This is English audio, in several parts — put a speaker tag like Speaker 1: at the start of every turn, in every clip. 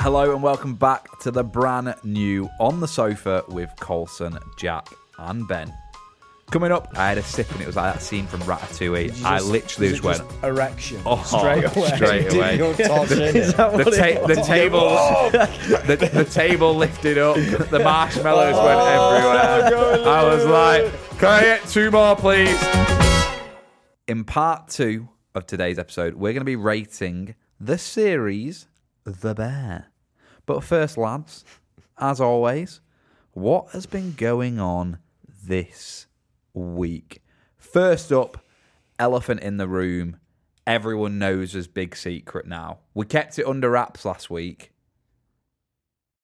Speaker 1: Hello and welcome back to the brand new On the Sofa with Colson, Jack, and Ben. Coming up, I had a sip and it was like that scene from Ratatouille. I literally just went,
Speaker 2: erection
Speaker 1: oh,
Speaker 2: straight away.
Speaker 1: straight away. the, ta- the table, the, the table lifted up. The marshmallows went everywhere. I was like, "Can I get two more, please?" In part two of today's episode, we're going to be rating the series The Bear. But first, lads, as always, what has been going on this week? First up, elephant in the room. Everyone knows as big secret now. We kept it under wraps last week.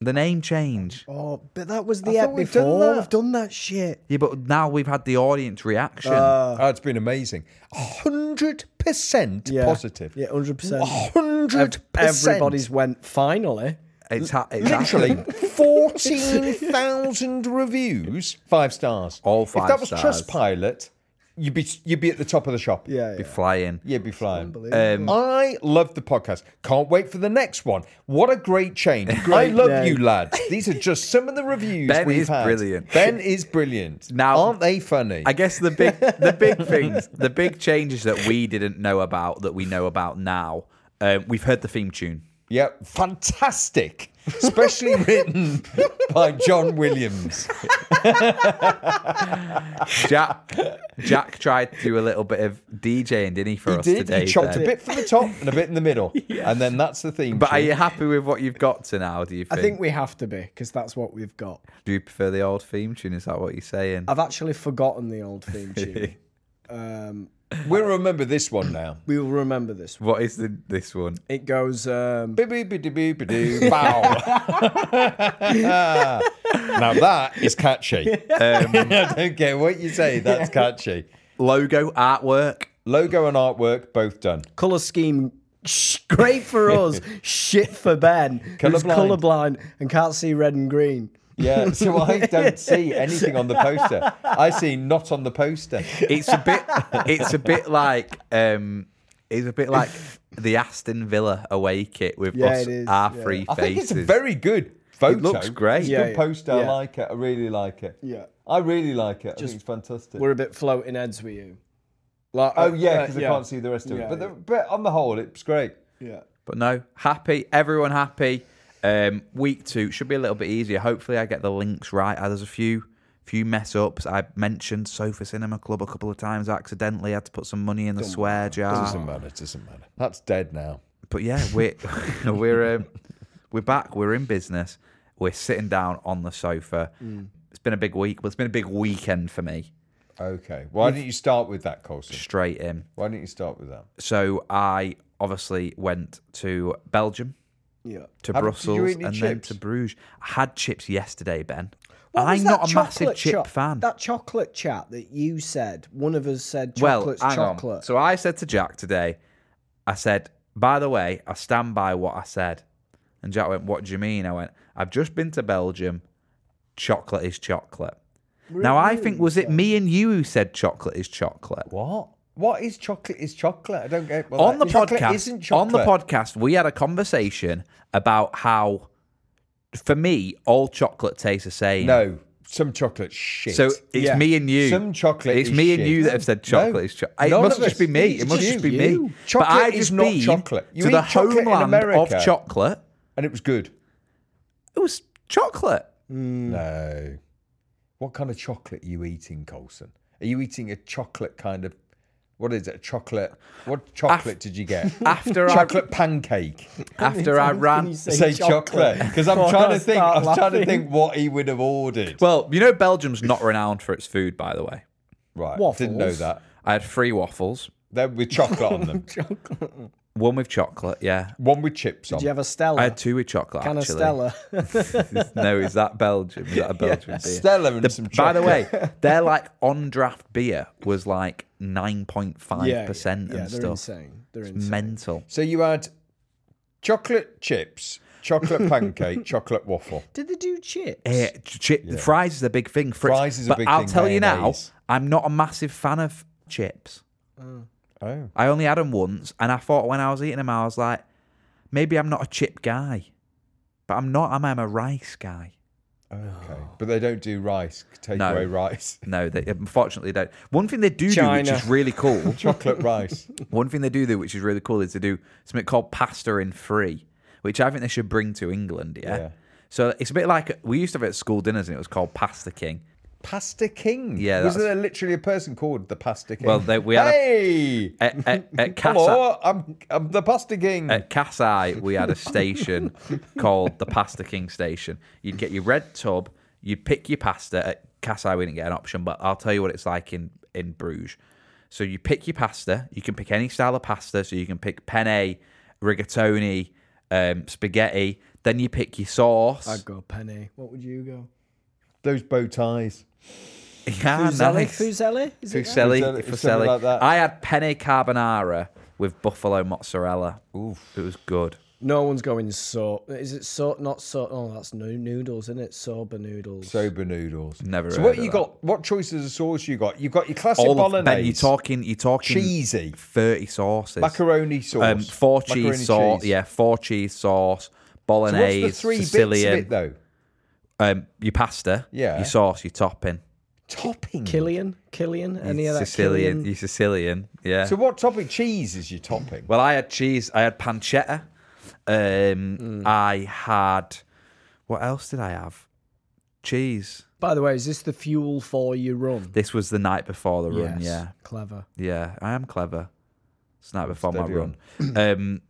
Speaker 1: The name change.
Speaker 2: Oh, but that was
Speaker 3: I
Speaker 2: the
Speaker 3: thought
Speaker 2: app
Speaker 3: we've done
Speaker 2: before.
Speaker 3: that.
Speaker 2: We've done that shit.
Speaker 1: Yeah, but now we've had the audience reaction.
Speaker 3: Oh, it's been amazing. 100%
Speaker 2: Yeah.
Speaker 3: positive.
Speaker 2: Yeah, hundred percent.
Speaker 3: 100%.
Speaker 2: Everybody's went finally.
Speaker 1: it's ha- it's
Speaker 3: Literally
Speaker 1: happened.
Speaker 3: 14,000 reviews, five stars.
Speaker 1: All
Speaker 3: If
Speaker 1: five
Speaker 3: that was
Speaker 1: stars.
Speaker 3: Trustpilot, you'd be, you'd be at the top of the shop.
Speaker 2: Yeah,
Speaker 1: be
Speaker 2: yeah.
Speaker 1: flying.
Speaker 3: You'd be flying.
Speaker 1: Um,
Speaker 3: I love the podcast. Can't wait for the next one. What a great change. I love
Speaker 2: name.
Speaker 3: you, lads. These are just some of the reviews
Speaker 1: Ben
Speaker 3: we've
Speaker 1: is
Speaker 3: had.
Speaker 1: brilliant.
Speaker 3: Ben is brilliant.
Speaker 1: Now-
Speaker 3: Aren't they funny?
Speaker 1: I guess the big the big things, the big changes that we didn't know about that we know about now. Um, we've heard the theme tune.
Speaker 3: Yeah, fantastic. Especially written by John Williams.
Speaker 1: Jack Jack tried to do a little bit of DJing, didn't he, for
Speaker 3: He
Speaker 1: us
Speaker 3: did.
Speaker 1: today?
Speaker 3: he chopped
Speaker 1: Ben?
Speaker 3: a bit from the top and a bit in the middle, and then that's the theme.
Speaker 1: But are
Speaker 3: tune.
Speaker 1: you happy with what you've got to now? Do you
Speaker 2: I
Speaker 1: think?
Speaker 2: think we have to be because that's what we've got.
Speaker 1: Do you prefer the old theme tune? Is that what you're saying?
Speaker 2: I've actually forgotten the old theme tune.
Speaker 1: uh,
Speaker 3: we'll remember this one now.
Speaker 2: we will remember this. one.
Speaker 1: What is the, this one?
Speaker 2: It goes. Um,
Speaker 3: Boo-boo-boo-doo-boo-doo,
Speaker 2: Oh.
Speaker 3: Bow. now that is catchy.
Speaker 1: Um,
Speaker 3: I don't care what you say. That's catchy.
Speaker 1: Logo artwork.
Speaker 3: Logo and artwork both done.
Speaker 2: color scheme sh- great for us, shit for Ben, who's
Speaker 3: Colourblind.
Speaker 2: colorblind and can't see red and green.
Speaker 3: Yeah, so I don't see anything on the poster. I see not on the poster.
Speaker 1: It's a bit. It's a bit like. Um, it's a bit like the Aston Villa away kit with
Speaker 2: Yeah,
Speaker 1: us,
Speaker 2: it is,
Speaker 1: our
Speaker 2: yeah.
Speaker 1: three
Speaker 3: I
Speaker 1: faces.
Speaker 3: think it's a very good photo.
Speaker 1: looks great.
Speaker 3: It's a
Speaker 2: Yeah,
Speaker 3: good
Speaker 2: yeah,
Speaker 3: poster. I
Speaker 2: yeah.
Speaker 3: like it. I really like it.
Speaker 2: Yeah.
Speaker 3: I really like it. I think it's fantastic.
Speaker 2: We're a bit floating heads with you. Like,
Speaker 3: Oh
Speaker 2: uh,
Speaker 3: yeah,
Speaker 2: uh,
Speaker 3: because I can't see the rest of
Speaker 2: Yeah,
Speaker 3: it. But,
Speaker 2: yeah.
Speaker 3: the, but on the whole, it's great.
Speaker 2: Yeah.
Speaker 1: But no, happy. Everyone happy. Um, week two should be a little bit easier. Hopefully, I get the links right. Uh, There's a few few mess ups. I mentioned Sofa Cinema Club a couple of times accidentally. had to put some money in the swear jar.
Speaker 3: matter. It doesn't matter. That's dead now.
Speaker 1: But yeah, we're we're um, we're back. We're in business. We're sitting down on the sofa.
Speaker 2: Mm.
Speaker 1: It's been a big week. Well, it's been a big weekend for me.
Speaker 3: Okay. Why didn't you start with that, Colson?
Speaker 1: Straight in.
Speaker 3: Why didn't you start with that?
Speaker 1: So I obviously went to Belgium.
Speaker 2: Yeah.
Speaker 1: to
Speaker 3: Haven't- did you
Speaker 1: Brussels
Speaker 3: eat
Speaker 1: and
Speaker 3: any
Speaker 1: then
Speaker 3: chips?
Speaker 1: to Bruges. I had chips yesterday, Ben.
Speaker 2: What was
Speaker 1: I'm
Speaker 2: that
Speaker 1: not a massive
Speaker 2: chocolate
Speaker 1: chip
Speaker 2: chop-
Speaker 1: fan.
Speaker 2: That chocolate chat that you said, one of us said
Speaker 1: well,
Speaker 2: chocolate's
Speaker 1: hang
Speaker 2: chocolate.
Speaker 1: on. So I said to Jack today, I said, by the way, I stand by what I said. And Jack went, what do you mean? I went, I've just been to Belgium. Chocolate is chocolate. Now, I think, was it me and you who said chocolate is chocolate?
Speaker 3: What? What is chocolate? Is chocolate? I don't get. Well,
Speaker 1: on the
Speaker 3: that- chocolate
Speaker 1: podcast,
Speaker 3: isn't
Speaker 1: on
Speaker 3: chocolate.
Speaker 1: the podcast, we had a conversation about how for me, all chocolate tastes the same.
Speaker 3: No, some chocolate shit.
Speaker 1: So it's
Speaker 4: Yeah.
Speaker 1: me and you.
Speaker 3: Some chocolate
Speaker 1: It's
Speaker 3: is
Speaker 1: me and
Speaker 3: shit.
Speaker 1: you that have said chocolate
Speaker 3: No,
Speaker 1: is chocolate. It
Speaker 3: none
Speaker 1: must
Speaker 3: of
Speaker 1: just
Speaker 3: us.
Speaker 1: be me.
Speaker 3: It's
Speaker 1: It must
Speaker 3: just
Speaker 1: just be
Speaker 3: you.
Speaker 1: me.
Speaker 3: Chocolate
Speaker 1: but I've
Speaker 3: is
Speaker 1: just
Speaker 3: not
Speaker 1: been
Speaker 3: chocolate. You
Speaker 1: to
Speaker 3: eat
Speaker 1: the
Speaker 3: chocolate in
Speaker 1: homeland
Speaker 3: America.
Speaker 1: of chocolate.
Speaker 3: and it was good.
Speaker 1: It was chocolate.
Speaker 3: No. What kind of chocolate are you eating, Colson? Are you eating a chocolate kind of? What is it? A chocolate? What chocolate did you get?
Speaker 1: After I-
Speaker 3: chocolate pancake.
Speaker 1: After I ran.
Speaker 3: Say chocolate because I'm
Speaker 4: Before
Speaker 3: trying
Speaker 4: I
Speaker 3: to think.
Speaker 4: start
Speaker 3: I'm trying to
Speaker 4: laughing.
Speaker 3: think what he would have ordered.
Speaker 1: Well, you know Belgium's not renowned for its food, by the way.
Speaker 3: right,
Speaker 4: waffles.
Speaker 3: didn't know that.
Speaker 1: I had three waffles,
Speaker 3: They're with chocolate on them.
Speaker 1: one with chocolate. Yeah,
Speaker 3: One with chips on.
Speaker 4: Did you have a Stella?
Speaker 1: I had two with chocolate.
Speaker 4: Can of
Speaker 1: actually.
Speaker 4: Stella.
Speaker 1: no, is that Belgium? Is that a Belgian beer?
Speaker 3: Stella and
Speaker 1: The-
Speaker 3: some
Speaker 1: By the way,
Speaker 3: chocolate.
Speaker 1: their like on draft beer was like nine point five percent
Speaker 4: yeah,
Speaker 1: and
Speaker 4: they're
Speaker 1: stuff.
Speaker 4: insane. They're
Speaker 1: It's
Speaker 4: insane.
Speaker 1: mental.
Speaker 3: So you had chocolate chips, chocolate pancake, chocolate waffle.
Speaker 4: Did they do chips?
Speaker 1: Eh, ch- chi- Fries is a big thing. Fritz.
Speaker 3: Fries is a
Speaker 1: but
Speaker 3: big
Speaker 1: I'll
Speaker 3: thing,
Speaker 1: tell you now,
Speaker 3: mayonnaise.
Speaker 1: I'm not a massive fan of chips.
Speaker 3: Oh,
Speaker 1: I only had them once, and I thought when I was eating them, I was like, maybe I'm not a chip guy, but I'm not. I'm, I'm a rice guy.
Speaker 3: okay. But they don't do rice. Take
Speaker 1: No.
Speaker 3: away rice.
Speaker 1: No, they unfortunately don't. One thing they do do,
Speaker 4: China.
Speaker 1: which is really cool.
Speaker 3: Chocolate rice.
Speaker 1: One thing they do do, which is really cool, is they do something called pasta in free, which I think they should bring to England. Yeah.
Speaker 3: Yeah.
Speaker 1: So it's a bit like we used to have it at school dinners, and it was called Pasta King.
Speaker 3: Pasta King.
Speaker 1: Yeah,
Speaker 3: was
Speaker 1: that's-
Speaker 3: there literally a person called the Pasta King?
Speaker 1: Well, they- we had a-
Speaker 3: hey,
Speaker 1: At, at, at Eh, Casa-
Speaker 3: hello, I'm I'm the Pasta King.
Speaker 1: at Kasai, we had a station called the Pasta King Station. You'd get your red tub, you'd pick your pasta. At Kasai, we didn't get an option, but I'll tell you what it's like in, in Bruges. So you pick your pasta. You can pick any style of pasta. So you can pick penne, rigatoni, um, spaghetti. Then you pick your sauce.
Speaker 4: I'd go penny. What would you go?
Speaker 3: Those bow ties.
Speaker 1: yeah,
Speaker 4: Zelly?
Speaker 1: nice.
Speaker 4: Fuselli? Is it
Speaker 1: Fusilli,
Speaker 3: Fusilli, something
Speaker 1: fusilli.
Speaker 3: like that.
Speaker 1: I had penne carbonara with buffalo mozzarella. It was good.
Speaker 4: No one's going so. Is it so? Not so. Oh, that's no noodles, isn't it? Sober noodles.
Speaker 3: Sober noodles.
Speaker 1: Never
Speaker 3: So
Speaker 1: heard
Speaker 3: what
Speaker 1: of
Speaker 3: you
Speaker 1: that.
Speaker 3: got? What choices of sauce you got? You've got your classic
Speaker 1: All of,
Speaker 3: bolognese.
Speaker 1: ben, you're talking, you're talking
Speaker 3: Cheesy.
Speaker 1: thirty sauces,
Speaker 3: Macaroni sauce.
Speaker 1: um, four
Speaker 3: Macaroni
Speaker 1: cheese sauce,
Speaker 3: cheese.
Speaker 1: yeah, four cheese sauce,
Speaker 3: So what's
Speaker 1: bolognese,
Speaker 3: the three
Speaker 1: Sicilian,
Speaker 3: bits of it though?
Speaker 1: um, your pasta,
Speaker 3: Yeah.
Speaker 1: your sauce, your topping,
Speaker 3: Topping.
Speaker 4: Killian? Killian? Any of that?
Speaker 1: Sicilian,
Speaker 4: Killian?
Speaker 1: your Sicilian, yeah.
Speaker 3: So what topping? Cheese is your topping.
Speaker 1: well, I had cheese, I had pancetta, um,
Speaker 3: Hmm.
Speaker 1: I had, what else did I have? Cheese.
Speaker 4: By the way, is this the fuel for your run?
Speaker 1: This was the night before the run,
Speaker 4: Yes.
Speaker 1: yeah.
Speaker 4: Clever.
Speaker 1: Yeah, I am clever. It's the night before
Speaker 3: Steady
Speaker 1: my
Speaker 3: on.
Speaker 1: run. Um,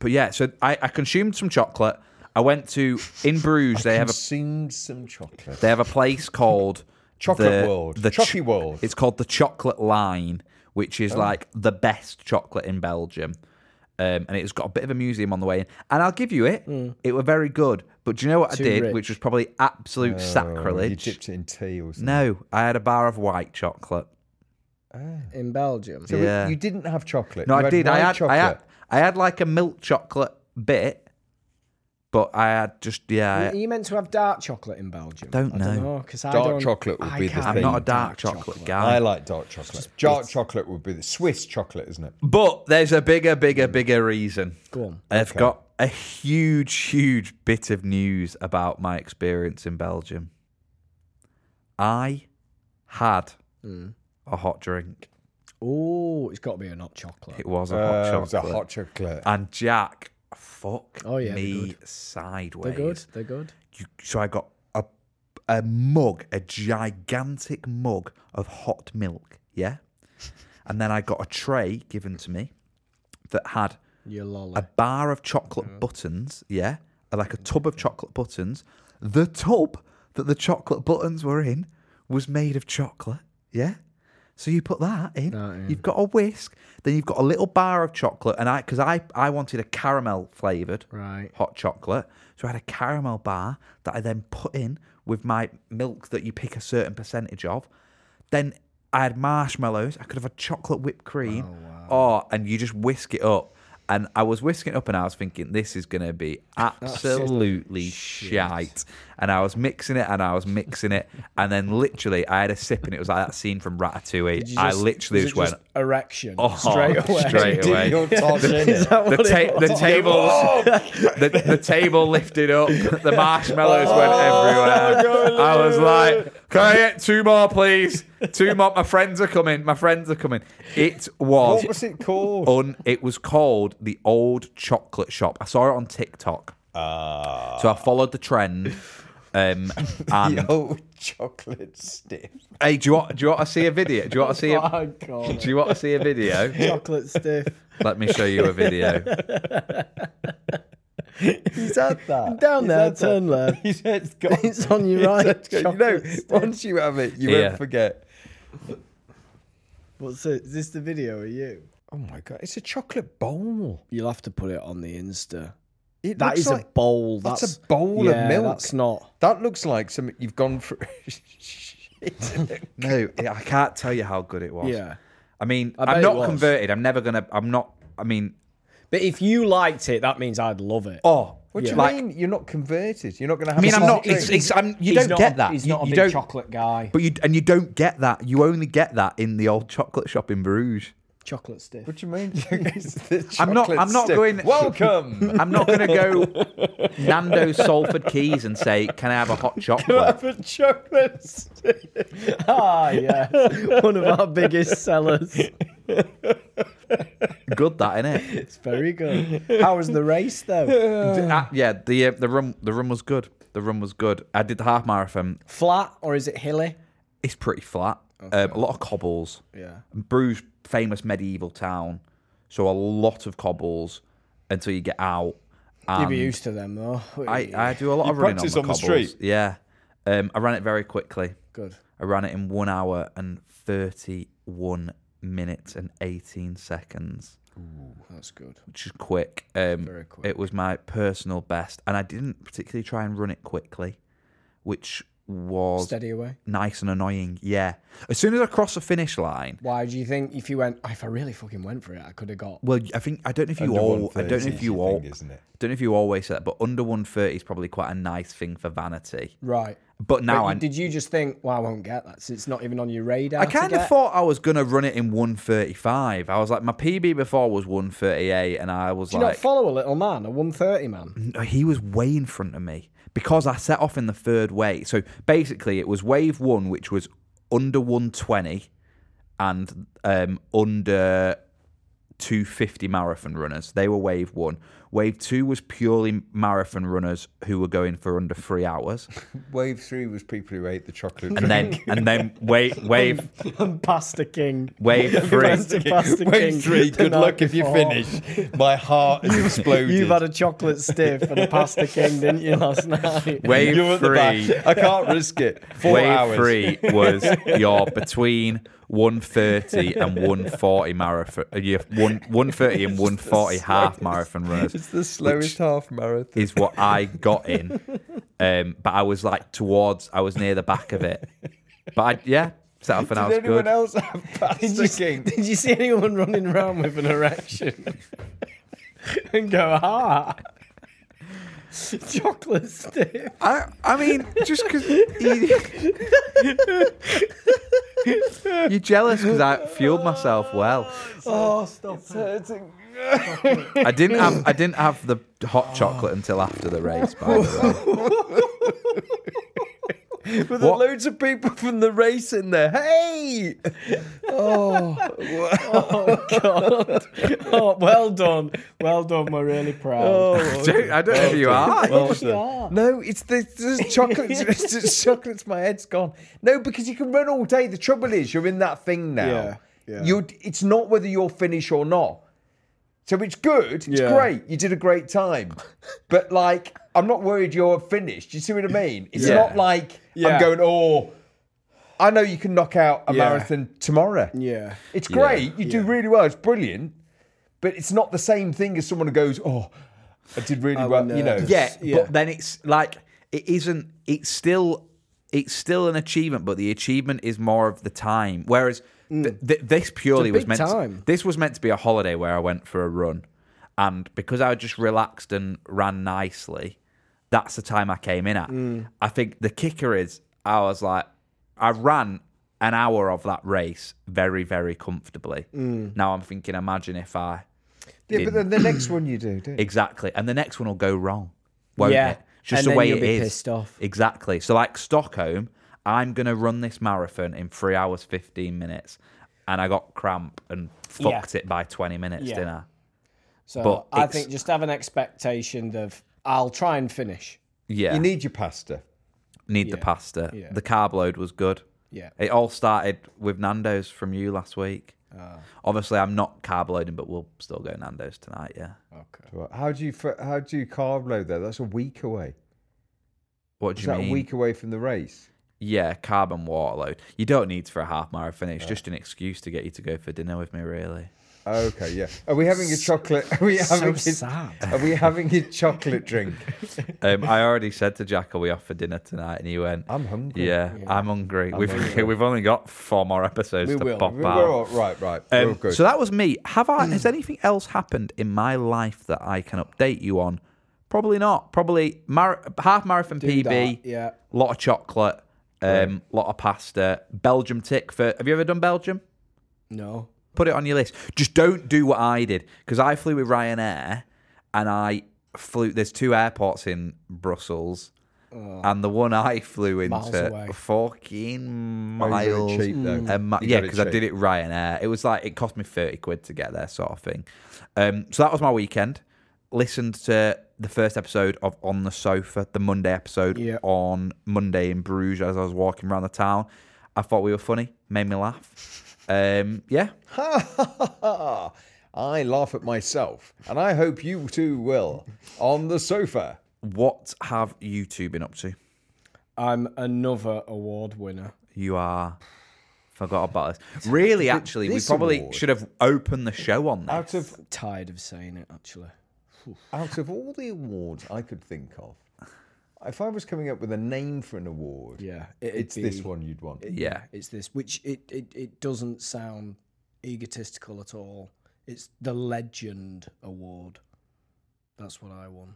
Speaker 1: but yeah, so I, I consumed some chocolate. I went to in Bruges. they have a
Speaker 3: Consumed some chocolate.
Speaker 1: they have a place called
Speaker 3: Chocolate
Speaker 1: the-
Speaker 3: World.
Speaker 1: The
Speaker 3: Chocky World. Oh.
Speaker 1: It's called the Chocolate Line, which is like the best chocolate in Belgium. Um, and it's got a bit of a museum on the way in. And I'll give you it.
Speaker 3: Hmm.
Speaker 1: It were very good. But do you know what
Speaker 4: Too
Speaker 1: I did,
Speaker 4: rich.
Speaker 1: which was probably absolute
Speaker 3: Oh, you
Speaker 1: sacrilege?
Speaker 3: dipped it in tea or something.
Speaker 1: no, I had a bar of white chocolate.
Speaker 4: In Belgium.
Speaker 3: So we-
Speaker 1: Yeah.
Speaker 3: you didn't have chocolate.
Speaker 1: No,
Speaker 3: You
Speaker 1: I did. I
Speaker 3: white
Speaker 1: had, I
Speaker 3: chocolate.
Speaker 1: had, I had like a milk chocolate bit, but I had just yeah.
Speaker 4: Are
Speaker 2: Mm,
Speaker 4: you meant to have dark chocolate in Belgium?
Speaker 1: Don't
Speaker 4: I don't
Speaker 1: know.
Speaker 4: know, 'cause I
Speaker 3: Dark
Speaker 4: don't-
Speaker 3: chocolate would
Speaker 4: I
Speaker 3: be the
Speaker 4: can't
Speaker 3: thing.
Speaker 1: I'm
Speaker 4: do
Speaker 1: not a dark chocolate guy.
Speaker 3: I like dark chocolate. Dark chocolate would be the Swiss chocolate, isn't it?
Speaker 1: but there's a bigger, bigger, bigger reason.
Speaker 4: Go on.
Speaker 1: I've got a huge, huge bit of news about my experience in Belgium. I had a hot drink.
Speaker 4: Oh, it's got to be a not chocolate.
Speaker 1: It was a hot
Speaker 3: Uh, it
Speaker 1: chocolate.
Speaker 3: was a hot chocolate.
Speaker 1: And Jack, fuck
Speaker 4: Oh, yeah, they're
Speaker 1: me
Speaker 4: good.
Speaker 1: sideways.
Speaker 4: They're good. They're good.
Speaker 1: you, so I got a a mug, a gigantic mug of hot milk, yeah, and then I got a tray given to me that had
Speaker 4: Your lolly.
Speaker 1: a bar of chocolate buttons, yeah, Uh, like a tub of chocolate buttons. The tub that the chocolate buttons were in was made of chocolate, yeah. So you put that in. You've got a whisk, then you've got a little bar of chocolate, and I because I I wanted a caramel flavored
Speaker 4: Right.
Speaker 1: hot chocolate, so I had a caramel bar that I then put in with my milk that you pick a certain percentage of. Then Oh, I had marshmallows. I could have had chocolate whipped cream. Oh, and you just whisk it up. And I was whisking it up and I was thinking, this is going to be
Speaker 2: Oh,
Speaker 1: absolutely shite. And I was mixing it and I was mixing it. And then literally, I had a sip and it was like that scene from Ratatouille.
Speaker 2: Did you
Speaker 1: I
Speaker 2: just-
Speaker 1: literally
Speaker 2: was
Speaker 1: just
Speaker 2: it
Speaker 1: went,
Speaker 2: erection
Speaker 1: oh,
Speaker 2: straight away.
Speaker 1: Straight
Speaker 3: Do
Speaker 1: away.
Speaker 3: your top
Speaker 2: Is
Speaker 3: in
Speaker 2: that
Speaker 1: The,
Speaker 2: what it
Speaker 1: ta- the
Speaker 2: was?
Speaker 1: table, the, the table lifted up. The marshmallows went
Speaker 3: Oh,
Speaker 1: everywhere. I was like, "Can I get two more, please? Two more. My friends are coming. My friends are coming." It was.
Speaker 3: What was it called?
Speaker 1: Un- it was called the Old Chocolate Shop. I saw it on TikTok, so I followed the trend. Um, and
Speaker 3: Ah. Yo, Oh, chocolate stiff.
Speaker 1: hey, do you want do you want to see a video? Do you want to see a,
Speaker 2: Oh, God.
Speaker 1: do you want to see a video?
Speaker 2: Chocolate stiff.
Speaker 1: Let me show you a video.
Speaker 3: He's had that.
Speaker 2: Down
Speaker 3: He's
Speaker 2: there,
Speaker 3: had that.
Speaker 2: turn left.
Speaker 3: He's it's gone.
Speaker 2: It's on your right,
Speaker 3: It's gone. You know,
Speaker 2: chocolate stiff.
Speaker 3: once you have it, you
Speaker 1: Yeah.
Speaker 3: won't forget.
Speaker 2: What's it? Is this the video of you?
Speaker 3: Oh my god, it's a chocolate bowl.
Speaker 2: You'll have to put it on the Insta.
Speaker 3: It
Speaker 2: That
Speaker 3: looks
Speaker 2: is
Speaker 3: like,
Speaker 2: a bowl.
Speaker 3: that's
Speaker 2: That's,
Speaker 3: a bowl of
Speaker 2: yeah,
Speaker 3: milk.
Speaker 2: That's not.
Speaker 3: That looks like something you've gone through.
Speaker 1: No, I can't tell you how good it was.
Speaker 2: Yeah.
Speaker 1: I mean,
Speaker 2: I
Speaker 1: I
Speaker 2: bet
Speaker 1: am
Speaker 2: it
Speaker 1: not
Speaker 2: was.
Speaker 1: converted. I'm never gonna. I'm not. I mean,
Speaker 2: But if you liked it, that means I'd love it.
Speaker 1: oh,
Speaker 3: What do you
Speaker 1: like,
Speaker 3: mean? You're not converted. You're not going to
Speaker 1: I
Speaker 3: have.
Speaker 1: mean,
Speaker 3: a
Speaker 1: I'm
Speaker 3: soft
Speaker 1: not.
Speaker 3: drink?
Speaker 1: It's, it's, I'm, you
Speaker 2: He's
Speaker 1: don't
Speaker 2: not
Speaker 1: get
Speaker 2: a-
Speaker 1: that.
Speaker 2: He's
Speaker 1: You-
Speaker 2: not a
Speaker 1: you
Speaker 2: big
Speaker 1: don't-
Speaker 2: chocolate guy.
Speaker 1: But you and you don't get that. You only get that in the old chocolate shop in Bruges.
Speaker 2: Chocolate stiff.
Speaker 3: What do you mean? It's the
Speaker 1: I'm not.
Speaker 3: chocolate
Speaker 1: I'm not
Speaker 3: stiff.
Speaker 1: going.
Speaker 3: Welcome.
Speaker 1: I'm not going to go Nando's Salford Keys and say, "Can I have a hot chocolate?"
Speaker 2: For chocolate stiff. ah, yeah. One of our biggest sellers.
Speaker 1: Good that, innit?
Speaker 2: It's very good. How was the race, though?
Speaker 1: Uh, yeah, the uh, the run the run was good. The run was good. I did the half marathon.
Speaker 2: Flat or is it hilly?
Speaker 1: It's pretty flat. Um, a lot of cobbles.
Speaker 2: Yeah.
Speaker 1: Bruges, famous medieval town, so a lot of cobbles until you get out.
Speaker 2: You'd be
Speaker 1: And
Speaker 2: used to them, though.
Speaker 1: I, I do a lot
Speaker 5: You
Speaker 1: of running on
Speaker 5: practice
Speaker 1: the,
Speaker 5: on the
Speaker 1: cobbles.
Speaker 5: street?
Speaker 1: Yeah, um, I ran it very quickly.
Speaker 2: Good.
Speaker 1: I ran it in one hour and thirty-one minutes and eighteen seconds,
Speaker 2: That's good.
Speaker 1: which is quick. Um,
Speaker 2: Very quick.
Speaker 1: It was my personal best, and I didn't particularly try and run it quickly, which was
Speaker 2: Steady away.
Speaker 1: nice and annoying. Yeah, as soon as I crossed the finish line,
Speaker 2: Why do you think if you went, if I really fucking went for it, I could have got.
Speaker 1: Well, I think I don't know if you
Speaker 3: Under
Speaker 1: all. I don't know
Speaker 3: 130
Speaker 1: if
Speaker 3: is
Speaker 1: you
Speaker 3: your
Speaker 1: all.
Speaker 3: thing, isn't it?
Speaker 1: Don't know if you always say that, but under one thirty is probably quite a nice thing for vanity.
Speaker 2: Right.
Speaker 1: But now
Speaker 2: But
Speaker 1: I,
Speaker 2: you- did you just think, well, I won't get that? So it's not even on your radar.
Speaker 1: I
Speaker 2: to
Speaker 1: kind of
Speaker 2: get?
Speaker 1: thought I was gonna run it in one thirty five. I was like, my PB before was one thirty eight, and I was
Speaker 2: Do you
Speaker 1: like,
Speaker 2: not follow a little man, a 130 man?
Speaker 1: No, he was way in front of me because I set off in the third wave. So basically, it was wave one, which was under 120 and um, under 250 marathon runners. They were wave one. Wave two was purely marathon runners who were going for under three hours,
Speaker 3: Wave three was people who ate the chocolate.
Speaker 1: and then and then wave wave
Speaker 2: I'm Pasta King.
Speaker 1: wave three.
Speaker 2: Pasta, Pasta King.
Speaker 3: Wave three.
Speaker 2: the
Speaker 3: Good
Speaker 2: night
Speaker 3: luck if you
Speaker 2: before.
Speaker 3: finish. My heart has exploded.
Speaker 2: You've had a chocolate stiff and a Pasta King, didn't you, last night?
Speaker 1: Wave
Speaker 3: You're at the
Speaker 1: three.
Speaker 3: back. I can't risk it. Four
Speaker 1: wave
Speaker 3: hours.
Speaker 1: three was your between 130 and 140 marathon uh, your one 130 and 140 half marathon runners
Speaker 3: It's the slowest half marathon.
Speaker 1: is what i got in um but i was like towards i was near the back of it but I, yeah set off and i
Speaker 3: Did
Speaker 1: was
Speaker 3: anyone
Speaker 1: good
Speaker 3: else have
Speaker 2: Did
Speaker 3: pasta
Speaker 2: you, did you see anyone running around with an erection? and go, ah. Chocolate stiff.
Speaker 1: I, I mean just because you, you're jealous because i fueled myself well
Speaker 2: Oh, stop it.
Speaker 1: I didn't have I didn't have the hot chocolate until after the race. By the way,
Speaker 3: But there are
Speaker 1: What-
Speaker 3: loads of people from the race in there. Hey!
Speaker 2: God. Oh, well done. Well done. We're really proud.
Speaker 3: Oh.
Speaker 1: I don't, I don't know if you are.
Speaker 3: Well done. No, it's the there's chocolates. it's just chocolates. My head's gone. No, because you can run all day. The trouble is, you're in that thing now.
Speaker 2: Yeah, yeah.
Speaker 3: You're, it's not whether you're finished or not. So it's good. It's
Speaker 2: Yeah.
Speaker 3: great. You did a great time. But like, I'm not worried you're finished. You see what I mean? It's
Speaker 1: Yeah.
Speaker 3: not like
Speaker 2: Yeah.
Speaker 3: I'm going. Oh, I know you can knock out a
Speaker 2: Yeah.
Speaker 3: marathon tomorrow.
Speaker 2: Yeah.
Speaker 3: It's great. You do really well. It's brilliant. But it's not the same thing as someone who goes, "Oh, I did really well."
Speaker 2: were
Speaker 3: You know.
Speaker 2: nervous.
Speaker 1: Yeah,
Speaker 2: Yeah.
Speaker 1: but then it's like it isn't. It's still it's still an achievement, but the achievement is more of the time. Whereas th- th- this purely was
Speaker 2: big
Speaker 1: meant.
Speaker 2: time.
Speaker 1: To, this was meant to be a holiday where I went for a run. And because I just relaxed and ran nicely, that's the time I came in at. I think the kicker is I was like, I ran an hour of that race very, very comfortably. Now I'm thinking, imagine if I
Speaker 3: Yeah, but then the next one you do, don't you?
Speaker 1: Exactly. And the next one will go wrong, won't
Speaker 4: Yeah.
Speaker 1: it? It's Just
Speaker 4: And
Speaker 1: the
Speaker 4: then
Speaker 1: way
Speaker 4: you'll
Speaker 1: it
Speaker 4: be
Speaker 1: is.
Speaker 4: pissed off.
Speaker 1: Exactly. So like Stockholm, I'm gonna run this marathon in three hours fifteen minutes, and I got cramp and
Speaker 4: Yeah.
Speaker 1: fucked it by twenty minutes,
Speaker 4: Yeah.
Speaker 1: didn't I?
Speaker 4: So
Speaker 1: But
Speaker 4: I
Speaker 1: it's-
Speaker 4: think just have an expectation of I'll try and finish.
Speaker 1: Yeah.
Speaker 3: You
Speaker 1: need
Speaker 3: need your pasta.
Speaker 1: the pasta.
Speaker 4: Yeah.
Speaker 1: The carb load was good.
Speaker 4: Yeah.
Speaker 1: It all started with Nando's from you last week.
Speaker 4: Ah.
Speaker 1: Obviously, I'm not carb loading, but we'll still go Nando's tonight. Yeah.
Speaker 3: Well, How do you f- how do you carb load there? That's a week away.
Speaker 1: What do
Speaker 3: Is
Speaker 1: you
Speaker 3: that
Speaker 1: mean?
Speaker 3: a week away from the race?
Speaker 1: Yeah, carb and water load. You don't need for a half marathon. It's just an excuse to get you to go for dinner with me, really.
Speaker 3: Okay, yeah. Are we having a chocolate? Are we having a, Are we having a chocolate drink?
Speaker 1: Um, I already said to Jack, "Are we off for dinner tonight?" And he went,
Speaker 3: I'm hungry.
Speaker 1: "Yeah, I'm hungry. we've we've only got four more episodes to pop
Speaker 3: We're,
Speaker 1: out."
Speaker 3: we're all right, right. We're all
Speaker 1: Um,
Speaker 3: good.
Speaker 1: so that was me. Have I?
Speaker 4: Hmm.
Speaker 1: Has anything else happened in my life that I can update you on? Probably not. Probably mar- half marathon PB.
Speaker 4: that, yeah.
Speaker 1: lot of chocolate. Um, lot of pasta. Belgium tick for. Have you ever done Belgium?
Speaker 4: No.
Speaker 1: Put it on your list. Just don't do what I did because I flew with Ryanair and I flew. There's two airports in Brussels, and the one I flew
Speaker 4: Oh. Miles
Speaker 1: into
Speaker 4: away.
Speaker 1: fucking
Speaker 3: Oh, you got it
Speaker 1: miles.
Speaker 3: cheap, though.
Speaker 1: a mi-
Speaker 3: You
Speaker 1: yeah,
Speaker 3: got it
Speaker 1: because I
Speaker 3: cheap.
Speaker 1: did it Ryanair. It was like it cost me thirty quid to get there, sort of thing. Um, so that was my weekend. Listened to the first episode of On the Sofa, the Monday episode
Speaker 4: Yeah.
Speaker 1: on Monday in Bruges as I was walking around the town. I thought we were funny, made me laugh. Um, yeah,
Speaker 3: Ah, I laugh at myself, and I hope you too will. On the sofa.
Speaker 1: What have you two been up to?
Speaker 4: I'm another award winner.
Speaker 1: You are. Forgot about this. Really, actually, we
Speaker 3: this
Speaker 1: probably
Speaker 3: award-
Speaker 1: should have opened the show on that.
Speaker 3: Out of
Speaker 4: Tired of saying it actually.
Speaker 3: out of all the awards I could think of, if I was coming up with a name for an award,
Speaker 4: Yeah. it'd
Speaker 3: it's this
Speaker 4: be-
Speaker 3: one you'd want.
Speaker 1: Yeah.
Speaker 4: It's this which it, it, it doesn't sound egotistical at all. It's the legend award. That's what I won.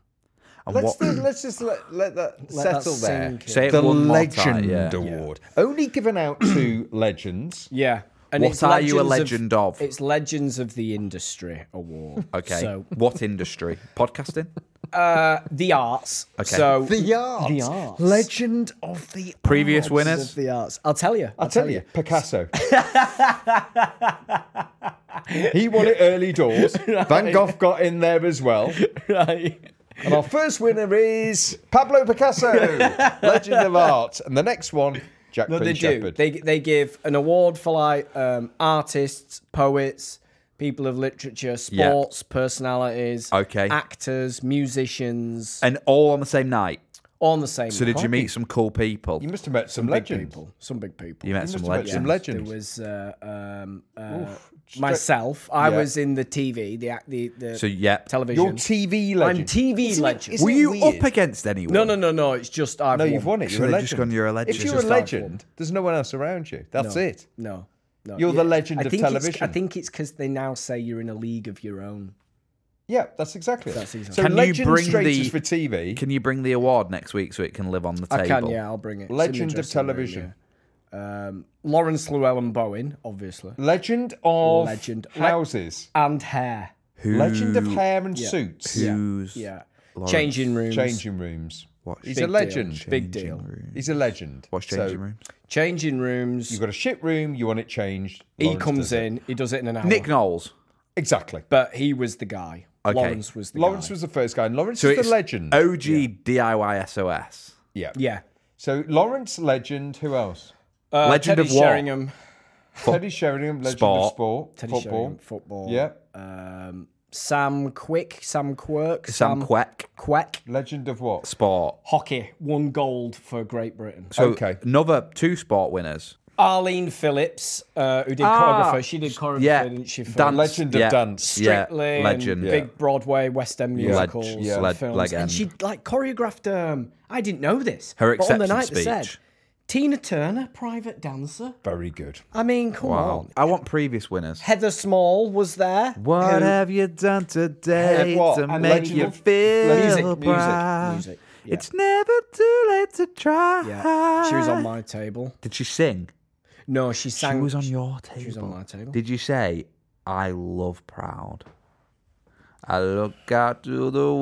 Speaker 1: And
Speaker 3: let's,
Speaker 1: what?
Speaker 3: do- let's just let, let that
Speaker 4: Let that
Speaker 3: settle there.
Speaker 4: sink in.
Speaker 1: say it
Speaker 3: The
Speaker 1: one more
Speaker 3: Legend
Speaker 1: time, yeah.
Speaker 3: Award, only given out to legends.
Speaker 4: Yeah. And
Speaker 1: What
Speaker 4: it's
Speaker 1: are you a
Speaker 4: legends
Speaker 1: legend of?
Speaker 4: It's Legends of the Industry Award.
Speaker 1: Okay.
Speaker 4: So
Speaker 1: What industry? Podcasting?
Speaker 4: uh, the arts.
Speaker 1: Okay.
Speaker 4: So
Speaker 3: The arts.
Speaker 4: The arts.
Speaker 3: Legend of the
Speaker 1: Previous
Speaker 3: arts.
Speaker 1: winners?
Speaker 4: the arts. I'll tell you.
Speaker 3: I'll tell you, Picasso. he won it early doors. Van Gogh got in there as well.
Speaker 4: Right.
Speaker 3: And our first winner is Pablo Picasso, Legend of Art. And the next one, Jack
Speaker 4: No,
Speaker 3: Prince
Speaker 4: they do.
Speaker 3: Shepherd.
Speaker 4: They they give an award for like um, artists, poets, people of literature,
Speaker 1: Yeah.
Speaker 4: sports personalities,
Speaker 1: Okay.
Speaker 4: actors, musicians,
Speaker 1: And all on the same night.
Speaker 4: all on the same.
Speaker 1: So did you meet some cool people?
Speaker 3: You must have met some,
Speaker 4: some big
Speaker 3: legends.
Speaker 4: people? Some big people.
Speaker 1: You met
Speaker 3: You
Speaker 1: some
Speaker 3: must have
Speaker 1: legends.
Speaker 3: met some legends.
Speaker 4: There was uh, um, uh,
Speaker 3: Straight-
Speaker 4: myself. I
Speaker 3: Yeah.
Speaker 4: was in the TV, the act- the, the
Speaker 1: So, yeah.
Speaker 4: television.
Speaker 3: You're TV legend.
Speaker 4: I'm TV legend.
Speaker 3: isn't
Speaker 1: Were
Speaker 3: it
Speaker 1: you
Speaker 3: weird?
Speaker 1: up against anyone?
Speaker 4: no, no, no, no. It's just I've
Speaker 3: No, you've won it. You're a
Speaker 1: Should've
Speaker 3: legend.
Speaker 1: just gone, you're a legend.
Speaker 3: If you're
Speaker 1: Just
Speaker 3: a
Speaker 4: I've won.
Speaker 3: legend, there's no one else around you. That's it.
Speaker 4: No, no.
Speaker 3: You're the legend
Speaker 4: I
Speaker 3: of
Speaker 4: think it's- I
Speaker 3: television.
Speaker 4: think it's because they now say you're in a league of your own.
Speaker 3: Yeah, that's exactly it.
Speaker 4: That's exactly-
Speaker 3: So
Speaker 1: Can you
Speaker 3: legend
Speaker 1: bring
Speaker 3: straight
Speaker 1: the-
Speaker 3: is for TV.
Speaker 1: Can you bring the award next week so it can live on the table?
Speaker 4: I can, yeah, I'll bring it. It's in the
Speaker 3: Legend of
Speaker 4: dressing room,
Speaker 3: television.
Speaker 4: yeah. Um, Lawrence Llewellyn Bowen, obviously,
Speaker 3: Legend of
Speaker 4: Legend. Le-
Speaker 3: houses.
Speaker 4: and hair.
Speaker 1: Who,
Speaker 3: Legend of hair and suits.
Speaker 1: Who's
Speaker 4: Yeah,
Speaker 1: Lawrence?
Speaker 4: changing rooms.
Speaker 3: Changing rooms.
Speaker 1: What?
Speaker 3: He's
Speaker 4: Big
Speaker 3: a
Speaker 4: deal.
Speaker 3: legend.
Speaker 4: Big deal.
Speaker 3: He's a legend.
Speaker 1: What's
Speaker 3: So,
Speaker 1: changing rooms?
Speaker 4: Changing rooms.
Speaker 3: You've got a shit room. You want it changed.
Speaker 4: he
Speaker 3: Lawrence
Speaker 4: comes
Speaker 3: does it.
Speaker 4: in. He does it in an hour.
Speaker 1: Nick Knowles.
Speaker 3: Exactly.
Speaker 4: but he was the guy.
Speaker 1: Okay.
Speaker 4: Lawrence was the
Speaker 3: Lawrence
Speaker 4: guy.
Speaker 3: was the first guy. And Lawrence is the legend.
Speaker 1: OG DIY SOS.
Speaker 3: yeah.
Speaker 4: yeah.
Speaker 3: So Lawrence, legend. Who else?
Speaker 4: Uh,
Speaker 1: Legend
Speaker 4: Teddy
Speaker 1: of what?
Speaker 4: Sheringham.
Speaker 3: Teddy Sheringham, legend
Speaker 1: Sport.
Speaker 3: of sport.
Speaker 4: Teddy
Speaker 3: football.
Speaker 4: Sheringham, football.
Speaker 3: Yeah.
Speaker 4: Um, Sam Quick. Sam Quirk.
Speaker 1: Sam Queck.
Speaker 4: Quack.
Speaker 3: Legend of what?
Speaker 1: Sport.
Speaker 4: Hockey. One gold for Great Britain.
Speaker 1: So
Speaker 3: Okay.
Speaker 1: another two sport winners.
Speaker 4: Arlene Phillips, uh, who did
Speaker 1: Ah,
Speaker 4: choreographer. She did choreographer,
Speaker 1: yeah,
Speaker 4: didn't she? For
Speaker 1: dance,
Speaker 3: Legend of
Speaker 1: yeah,
Speaker 3: dance.
Speaker 4: Strictly,
Speaker 1: yeah,
Speaker 4: and
Speaker 1: legend.
Speaker 4: big Broadway West End
Speaker 1: Leg-
Speaker 4: musicals,
Speaker 1: yeah.
Speaker 4: and
Speaker 1: leg-
Speaker 4: films,
Speaker 1: legend.
Speaker 4: and she like choreographed. Um, I didn't know this.
Speaker 1: Her
Speaker 4: but on the
Speaker 1: acceptance
Speaker 4: night they said
Speaker 1: speech.
Speaker 4: Tina Turner, private dancer.
Speaker 3: Very good.
Speaker 4: I mean, come
Speaker 1: Wow.
Speaker 4: on.
Speaker 1: I want previous winners.
Speaker 4: Heather Small was there.
Speaker 1: What
Speaker 4: who-
Speaker 1: have you done today
Speaker 3: Have what?
Speaker 1: to
Speaker 3: And
Speaker 1: make
Speaker 3: Legend
Speaker 1: you
Speaker 3: of-
Speaker 1: feel
Speaker 4: Music, music,
Speaker 1: bright?
Speaker 4: music, yeah.
Speaker 1: It's never too late to try.
Speaker 4: Yeah, she was on my table.
Speaker 1: Did she sing?
Speaker 4: No, she sang.
Speaker 1: she was on your table.
Speaker 4: She was on my table.
Speaker 1: Did you say, I love proud? I look out to the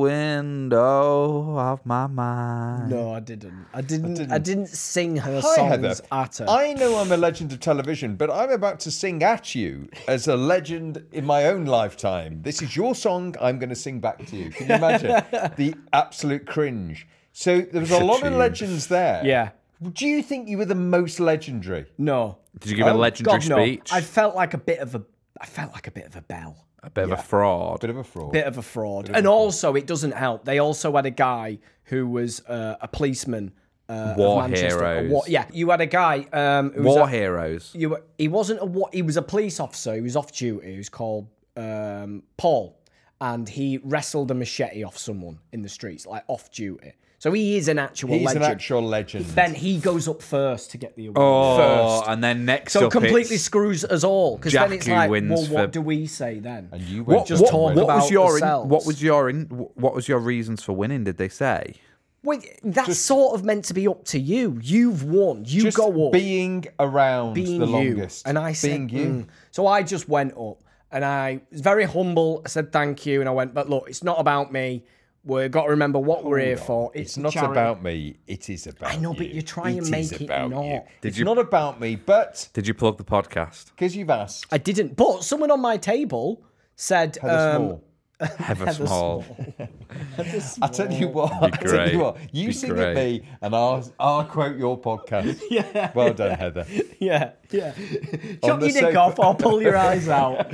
Speaker 1: window of my mind.
Speaker 4: No, I didn't. I didn't. I didn't, sing her
Speaker 3: Hi,
Speaker 4: songs
Speaker 3: Heather.
Speaker 4: at her.
Speaker 3: I know I'm a legend of television, but I'm about to sing at you as a legend in my own lifetime. This is your song. I'm going to sing back to you. Can you imagine the absolute cringe? So there was a lot of
Speaker 1: Cha-ching.
Speaker 3: legends there.
Speaker 4: Yeah.
Speaker 3: Do you think you were the most legendary?
Speaker 4: No. Oh,
Speaker 1: Did you give a legendary
Speaker 4: God, no.
Speaker 1: speech?
Speaker 4: I felt like a bit of a. I felt like a bit of a bell.
Speaker 1: a bit of a fraud.
Speaker 3: Bit of a fraud.
Speaker 4: bit of a fraud. and also, it doesn't help. They also had a guy who was uh, a policeman. Uh,
Speaker 1: War
Speaker 4: of Manchester. A
Speaker 1: heroes.
Speaker 4: War, yeah, you had a guy um, who
Speaker 1: War
Speaker 4: was a,
Speaker 1: heroes.
Speaker 4: you were, he wasn't a wa- he was a police officer he was off duty he was called um, paul and he wrestled a machete off someone in the streets like off duty so he is an actual
Speaker 3: He's
Speaker 4: legend
Speaker 3: an actual legend.
Speaker 4: then he goes up first to get the award
Speaker 1: Oh,
Speaker 4: first
Speaker 1: and then next
Speaker 4: so
Speaker 1: up
Speaker 4: completely
Speaker 1: it's-
Speaker 4: screws us all because then
Speaker 1: Jack
Speaker 4: it's
Speaker 1: who
Speaker 4: like
Speaker 1: wins
Speaker 4: well what
Speaker 1: for-
Speaker 4: do we say then
Speaker 3: and you
Speaker 1: What,
Speaker 3: went
Speaker 1: just
Speaker 3: on
Speaker 1: talk
Speaker 3: with it.
Speaker 1: what was
Speaker 4: about
Speaker 1: your in,
Speaker 4: yourselves.
Speaker 1: what was your in, what was your reasons for winning? Did they say?
Speaker 4: Wait, that's sort of meant to be up to you you've won you
Speaker 3: Just
Speaker 4: go up
Speaker 3: being around
Speaker 4: being
Speaker 3: the
Speaker 4: you.
Speaker 3: longest.
Speaker 4: And I
Speaker 3: being
Speaker 4: said,
Speaker 3: you.
Speaker 4: "Mm." so I just went up and I was very humble. I said thank you, and I went, but look, it's not about me. We've got to remember what we're here for. It's,
Speaker 3: It's
Speaker 4: the
Speaker 3: not
Speaker 4: charity."
Speaker 3: about me. It is about.
Speaker 4: I know, but
Speaker 3: you.
Speaker 4: you're trying to
Speaker 3: is
Speaker 4: make it
Speaker 3: about
Speaker 4: not.
Speaker 3: you.
Speaker 4: Did
Speaker 3: it's not about me, but
Speaker 1: Did you plug the podcast?
Speaker 3: because you've asked,
Speaker 4: I didn't. But someone on my table said,
Speaker 3: Heather
Speaker 4: um,
Speaker 3: Small.
Speaker 1: Heather, Small.
Speaker 3: I tell you what. I tell
Speaker 1: great.
Speaker 3: you what. You
Speaker 1: Be
Speaker 3: sing
Speaker 1: great.
Speaker 3: at me, and I'll I'll quote your podcast. yeah. Well done, Heather.
Speaker 4: "Yeah, yeah, chop
Speaker 3: the
Speaker 4: your dick
Speaker 3: sofa.
Speaker 4: off or pull your eyes out."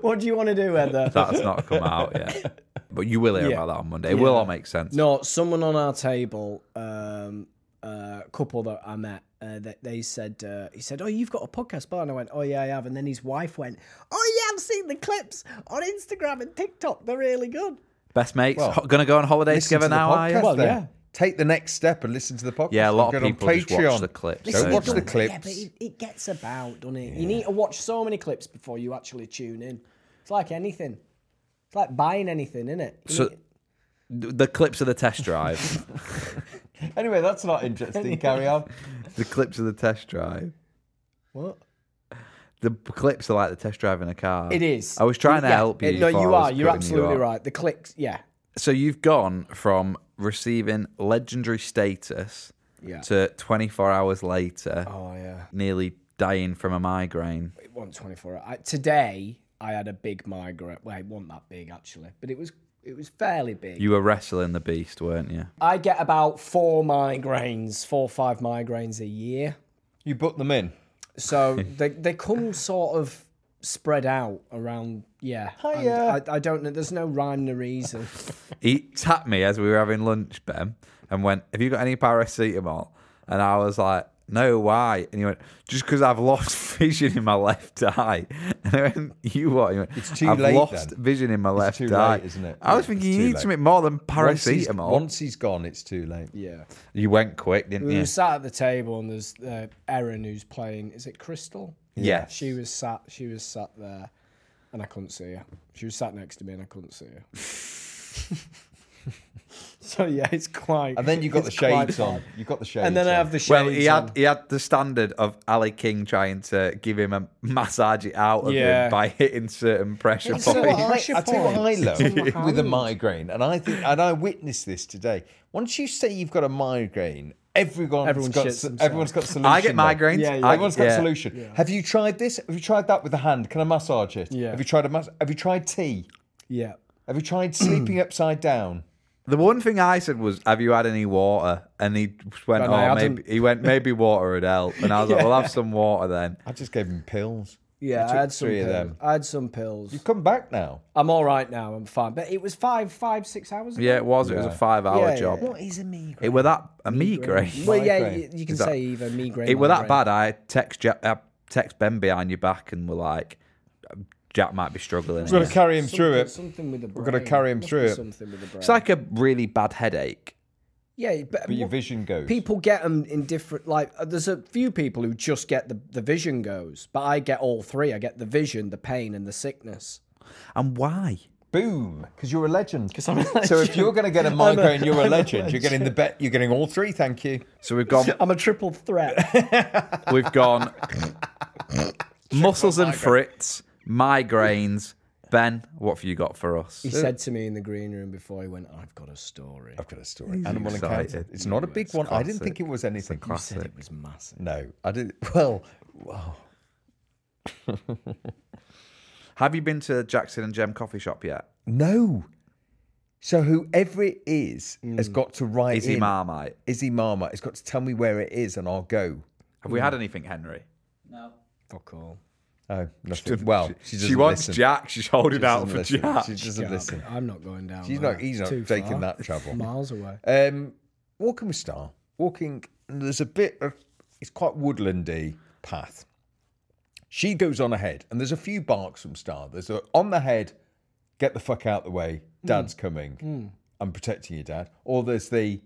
Speaker 4: what do you want to do, Heather?
Speaker 1: That's not come out yet, but you will hear about that on Monday. It will all make sense.
Speaker 4: No, someone on our table, um, a couple that I met, uh, they, they said, uh, he said, oh, you've got a podcast bar. And I went, oh, yeah, I have. And then his wife went, oh, yeah, I've seen the clips on Instagram and TikTok. They're really good.
Speaker 1: Best mates, ho- gonna go on holiday
Speaker 3: Listen
Speaker 1: together
Speaker 3: to the
Speaker 1: now. Are you?
Speaker 3: podcast
Speaker 4: Well,
Speaker 3: then.
Speaker 4: yeah.
Speaker 3: Take the next step and listen to the podcast.
Speaker 1: Yeah, a lot
Speaker 3: and
Speaker 1: of
Speaker 3: go on
Speaker 1: people just watch
Speaker 3: Patreon.
Speaker 1: the clips,
Speaker 3: Don't
Speaker 1: don't
Speaker 3: watch
Speaker 1: they?
Speaker 3: the
Speaker 4: Yeah, but
Speaker 3: clips.
Speaker 4: it, it gets about, doesn't it? You need to watch so many clips before you actually tune in. It's like anything. It's like buying anything, isn't it?
Speaker 1: So, th- the clips of the test drive.
Speaker 3: Anyway, that's not interesting. Carry on.
Speaker 1: the clips of the test drive.
Speaker 4: what?
Speaker 1: The b- clips are like the test drive in a car.
Speaker 4: It is.
Speaker 1: I was trying to
Speaker 4: Yeah,
Speaker 1: help you.
Speaker 4: it- No,
Speaker 1: before
Speaker 4: you
Speaker 1: I was
Speaker 4: are.
Speaker 1: cutting
Speaker 4: You're
Speaker 1: you
Speaker 4: absolutely
Speaker 1: off.
Speaker 4: right. The clicks, yeah.
Speaker 1: So you've gone from receiving legendary status
Speaker 4: Yeah.
Speaker 1: to 24 hours later,
Speaker 4: Oh, yeah.
Speaker 1: nearly dying from a migraine.
Speaker 4: it wasn't 24 hours. I, today I had a big migraine. Well, it wasn't that big actually, but it was it was fairly big.
Speaker 1: You were wrestling the beast, weren't you?
Speaker 4: I get about four migraines, four or five migraines a year.
Speaker 3: You book them in.
Speaker 4: So they they come sort of spread out around. Yeah, And
Speaker 3: Hiya.
Speaker 4: I, I don't know. There's no rhyme nor reason.
Speaker 1: he tapped me as we were having lunch, Ben, and went, "Have you got any paracetamol?" And I was like, "No, why?" And he went, "Just because I've lost vision in my left eye." And I went, "You what?" He went,
Speaker 3: It's too
Speaker 1: I've
Speaker 3: late
Speaker 1: lost
Speaker 3: then.
Speaker 1: vision in my left
Speaker 3: too late,
Speaker 1: eye,
Speaker 3: isn't it?
Speaker 1: I was
Speaker 3: Yeah,
Speaker 1: thinking
Speaker 3: it's
Speaker 1: you
Speaker 3: too
Speaker 1: need
Speaker 3: late.
Speaker 1: something more than
Speaker 3: Once he's-
Speaker 1: paracetamol.
Speaker 3: Once he's gone, it's too late.
Speaker 4: yeah,
Speaker 1: You went quick, didn't
Speaker 4: we
Speaker 1: you?
Speaker 4: were sat at the table and there's uh, Erin who's playing. Is it Crystal?
Speaker 1: Yes.
Speaker 4: She was sat. She was sat there, and I couldn't see her. She was sat next to me, and I couldn't see her. so yeah, it's quite.
Speaker 3: And then you've got the
Speaker 4: it's quite
Speaker 3: shades on.
Speaker 4: bad.
Speaker 3: You've got the shades.
Speaker 4: And then I
Speaker 3: on.
Speaker 4: have the shades.
Speaker 1: Well, he
Speaker 4: on.
Speaker 1: had he had the standard of Ali King trying to give him a massage it out of
Speaker 4: Yeah.
Speaker 1: him by hitting certain pressure
Speaker 4: It's
Speaker 1: points.
Speaker 4: so
Speaker 3: I tell you what
Speaker 4: Pressure
Speaker 3: I, I tell you
Speaker 4: points.
Speaker 3: what
Speaker 4: It's
Speaker 3: I
Speaker 4: on
Speaker 3: love
Speaker 4: my
Speaker 3: with a
Speaker 4: hand.
Speaker 3: migraine, and I think, and I witnessed this today. Once you say you've got a migraine, everyone's
Speaker 4: Everyone
Speaker 3: got
Speaker 4: shits
Speaker 3: s-
Speaker 4: themselves.
Speaker 3: everyone's got solution.
Speaker 1: I get
Speaker 3: though.
Speaker 1: migraines.
Speaker 4: Yeah, yeah.
Speaker 1: I,
Speaker 3: Everyone's got
Speaker 1: yeah.
Speaker 3: a solution. Have you tried this? Have you tried that with a hand? Can I massage it?
Speaker 4: Yeah.
Speaker 3: Have you tried a mas- Have you tried tea?
Speaker 4: Yeah.
Speaker 3: Have you tried sleeping upside down?
Speaker 1: The one thing I said was, "Have you had any water?" And he just went,
Speaker 4: And I
Speaker 1: "Oh,
Speaker 4: hadn't."
Speaker 1: maybe." He went, "Maybe water would help." And I was like, "We'll have some water then."
Speaker 3: I just gave him pills.
Speaker 4: Yeah, I,
Speaker 3: took
Speaker 4: had some
Speaker 3: three
Speaker 4: pills.
Speaker 3: of them.
Speaker 4: I had some pills.
Speaker 3: You've come back now.
Speaker 4: I'm all right now. I'm fine. But it was five, five, six hours. Ago.
Speaker 1: Yeah, it was. It was a five-hour
Speaker 4: Yeah, yeah.
Speaker 1: job.
Speaker 4: What
Speaker 1: is a migraine? It were that a migraine.
Speaker 4: Well, yeah,
Speaker 3: Migraine.
Speaker 4: you, you can
Speaker 1: Is that-
Speaker 4: say either migraine.
Speaker 1: It were that
Speaker 4: migraine.
Speaker 1: bad. I text Jack, I text Ben behind your back and were like, "Jack might be struggling."
Speaker 3: We've got
Speaker 1: here."
Speaker 3: to carry him through
Speaker 4: Something-
Speaker 3: it.
Speaker 4: Something with the brain.
Speaker 3: We're gonna carry him
Speaker 4: Must
Speaker 3: through
Speaker 4: be
Speaker 3: it.
Speaker 4: Something with the brain.
Speaker 1: It's like a really bad headache.
Speaker 4: Yeah, but,
Speaker 3: But your
Speaker 4: what-
Speaker 3: vision goes.
Speaker 4: People get them in different. Like, uh, there's a few people who just get the the vision goes, but I get all three. I get the vision, the pain, and the sickness.
Speaker 1: And why?
Speaker 3: Boom, because you're a legend. Because
Speaker 4: I'm a
Speaker 3: So if you're going to get a migraine, you're a
Speaker 4: I'm a
Speaker 3: legend. You're getting the bet. You're getting all three. Thank you.
Speaker 1: So we've gone.
Speaker 4: I'm a triple threat.
Speaker 1: We've gone. muscles and frits, migraines. Ben, what have you got for us?
Speaker 4: he said to me in the green room before he went, "I've got a story."
Speaker 3: I've got a story. Animal
Speaker 1: excited.
Speaker 3: encounter. It's not a big one. I didn't think it was anything.
Speaker 1: Classic.
Speaker 4: It was massive.
Speaker 3: No, I didn't. Well, wow.
Speaker 1: Have you been to Jackson and Gem coffee shop yet?
Speaker 3: no. So whoever it is has got to write
Speaker 1: Mm. Izzy
Speaker 3: in.
Speaker 1: Marmite.
Speaker 3: Izzy Marmite has got to tell me where it is, and I'll go.
Speaker 1: Have we had anything, Henry?
Speaker 4: Fuck all.
Speaker 3: Oh, nothing. Well, she, doesn't
Speaker 1: she wants
Speaker 3: listen.
Speaker 1: Jack. She's holding
Speaker 3: She
Speaker 1: out
Speaker 3: doesn't
Speaker 1: for
Speaker 3: listen.
Speaker 1: Jack.
Speaker 3: She doesn't
Speaker 4: Yeah,
Speaker 3: listen.
Speaker 4: I'm not going down.
Speaker 3: He's
Speaker 4: there.
Speaker 3: not. He's not
Speaker 4: Too
Speaker 3: taking
Speaker 4: far.
Speaker 3: that trouble.
Speaker 4: Miles away.
Speaker 3: Um, walking with Star. Walking, and there's a bit of, it's quite woodlandy path. She goes on ahead, and there's a few barks from Star. There's a, on the head, get the fuck out the way, dad's coming, I'm protecting you, dad. Or there's the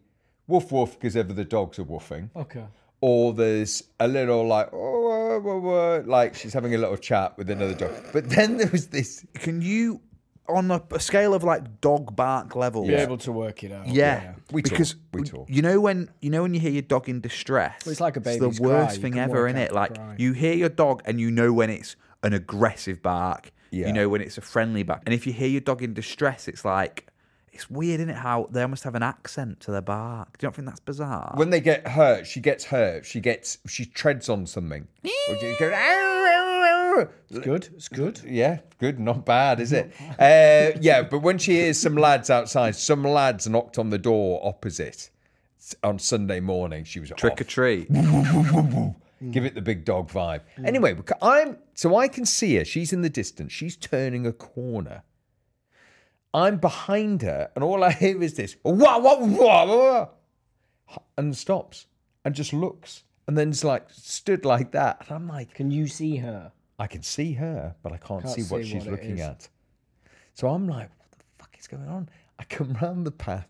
Speaker 3: woof woof, because ever the dogs are woofing.
Speaker 4: Okay.
Speaker 3: Or there's a little like, oh, whoa, whoa, whoa," like she's having a little chat with another dog. But then there was this
Speaker 1: Can you, on a, a scale of like dog bark level?
Speaker 4: Be able to work it out.
Speaker 1: Yeah,
Speaker 3: Oh, We talk,
Speaker 1: because
Speaker 3: we talk.
Speaker 1: you know when you know when you hear your dog in distress.
Speaker 4: Well, it's like a
Speaker 1: It's
Speaker 4: baby's
Speaker 1: the
Speaker 4: cry.
Speaker 1: worst
Speaker 4: You
Speaker 1: thing
Speaker 4: can
Speaker 1: ever,
Speaker 4: work
Speaker 1: in
Speaker 4: out
Speaker 1: it?
Speaker 4: the
Speaker 1: Like
Speaker 4: cry.
Speaker 1: you hear your dog and you know when it's an aggressive bark.
Speaker 3: Yeah.
Speaker 1: You know when it's a friendly bark. And if you hear your dog in distress, it's like it's weird, isn't it? How they almost have an accent to their bark. Do you not think that's bizarre?
Speaker 3: when they get hurt, she gets hurt. She gets she treads on something. Or she goes, "Ow, ow, ow."
Speaker 4: It's good. It's good.
Speaker 3: yeah, good, not bad, is it? Uh, yeah, but when she hears some lads outside, some lads knocked on the door opposite s- on Sunday morning. She was
Speaker 1: Trick or
Speaker 3: off.
Speaker 1: treat.
Speaker 3: Give it the big dog vibe. Anyway, beca- I'm so I can see her. She's in the distance. She's turning a corner. I'm behind her, and all I hear is this wah wah wah wah, wah and stops and just looks, and then is like stood like that, and I'm like,
Speaker 4: Can you see her?
Speaker 3: I can see her, but I can't,
Speaker 4: Can't
Speaker 3: see what
Speaker 4: see
Speaker 3: she's
Speaker 4: what it
Speaker 3: looking
Speaker 4: is.
Speaker 3: at. So I'm like, what the fuck is going on? I come round the path.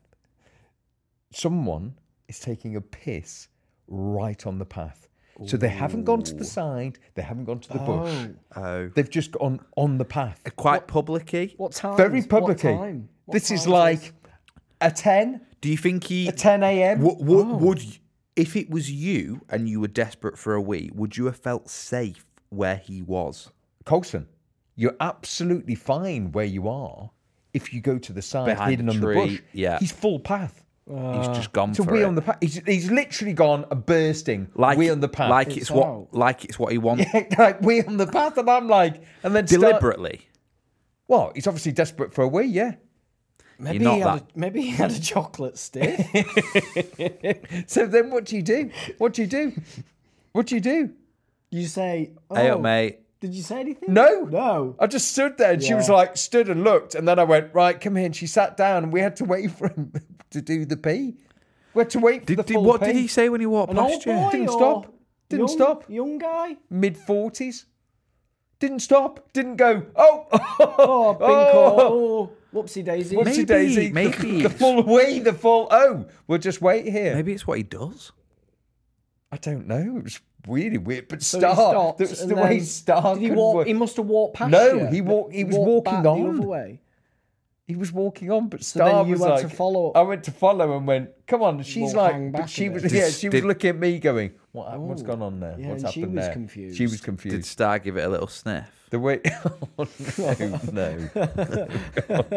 Speaker 3: Someone is taking a piss right on the path. So they haven't gone to the side, they haven't gone to the bush.
Speaker 1: Oh,
Speaker 3: They've just gone on the path.
Speaker 1: quite publicy.
Speaker 4: What time?
Speaker 3: Very
Speaker 4: What
Speaker 3: public.
Speaker 4: time? What
Speaker 3: This is
Speaker 4: time
Speaker 3: like a 10,
Speaker 1: Do you think he?
Speaker 3: a 10 a.m.
Speaker 1: Would, would,
Speaker 4: Oh.
Speaker 1: would y- if it was you and you were desperate for a wee, would you have felt safe where he was?
Speaker 3: Colson, you're absolutely fine where you are if you go to the side
Speaker 1: Behind
Speaker 3: hidden
Speaker 1: the
Speaker 3: on the
Speaker 1: tree,
Speaker 3: bush.
Speaker 1: yeah.
Speaker 3: He's full path.
Speaker 1: He's
Speaker 4: Uh,
Speaker 1: just gone
Speaker 3: So
Speaker 1: for
Speaker 3: we
Speaker 1: it.
Speaker 3: on the path. He's, he's literally gone a bursting.
Speaker 1: like
Speaker 3: we on the path.
Speaker 1: like it's,
Speaker 4: It's
Speaker 1: what
Speaker 4: out.
Speaker 1: like it's what he wants
Speaker 3: like we on the path, and I'm like, and then start-
Speaker 1: deliberately.
Speaker 3: well, he's obviously desperate for a wee, yeah.
Speaker 4: Maybe
Speaker 1: You're
Speaker 4: he,
Speaker 1: not
Speaker 4: had a, maybe he had a chocolate stick.
Speaker 3: So then, what do you do? What do you do? What do you do?
Speaker 4: you say, oh,
Speaker 1: Hey, up, mate.
Speaker 4: Did you say anything?
Speaker 3: No,
Speaker 4: No.
Speaker 3: I just stood there, and she was
Speaker 4: Yeah.
Speaker 3: like, stood and looked, and then I went right, come here, and she sat down, and we had to wait for him to do the pee. We had to wait for
Speaker 1: Did,
Speaker 3: the
Speaker 1: did,
Speaker 3: full
Speaker 1: what
Speaker 3: pee.
Speaker 1: did he say when he walked
Speaker 4: An old
Speaker 1: past you?
Speaker 4: boy.
Speaker 3: Didn't
Speaker 4: or
Speaker 3: stop. Didn't
Speaker 4: young,
Speaker 3: stop.
Speaker 4: Young guy.
Speaker 3: Mid forties. Didn't stop. Didn't go. Oh,
Speaker 4: Oh, been called. Oh, whoopsie daisy.
Speaker 3: Whoopsie
Speaker 1: Maybe,
Speaker 3: daisy. The-
Speaker 1: maybe.
Speaker 3: The, full way, the full oh. We'll just wait here.
Speaker 1: Maybe it's what he does.
Speaker 3: I don't know. It was really weird. But
Speaker 4: So he
Speaker 3: Star,
Speaker 4: stopped
Speaker 3: that's
Speaker 4: and
Speaker 3: the way
Speaker 4: then-
Speaker 3: Star
Speaker 4: Did he
Speaker 3: couldn't
Speaker 4: walk?
Speaker 3: work-
Speaker 4: He must have walked past.
Speaker 3: No,
Speaker 4: you,
Speaker 3: he walk- he was
Speaker 4: walked
Speaker 3: walking
Speaker 4: back
Speaker 3: on.
Speaker 4: The other way.
Speaker 3: He was walking on, but
Speaker 4: then
Speaker 3: Star
Speaker 4: you
Speaker 3: was
Speaker 4: had
Speaker 3: like,
Speaker 4: to follow-
Speaker 3: I went to follow and went, "Come on!" And she's
Speaker 4: Walk hang
Speaker 3: like,
Speaker 4: back
Speaker 3: but she
Speaker 4: a
Speaker 3: was,
Speaker 4: bit.
Speaker 3: yeah,
Speaker 1: Did-
Speaker 3: she was
Speaker 1: did-
Speaker 3: looking at me, going, "What? hap- What's
Speaker 4: Oh.
Speaker 3: gone on there?
Speaker 4: Yeah,
Speaker 3: what's
Speaker 4: and she
Speaker 3: happened
Speaker 4: was
Speaker 3: there?" She was
Speaker 4: confused.
Speaker 3: confused.
Speaker 1: Did Star give it a little sniff?
Speaker 3: The way, oh, no, no.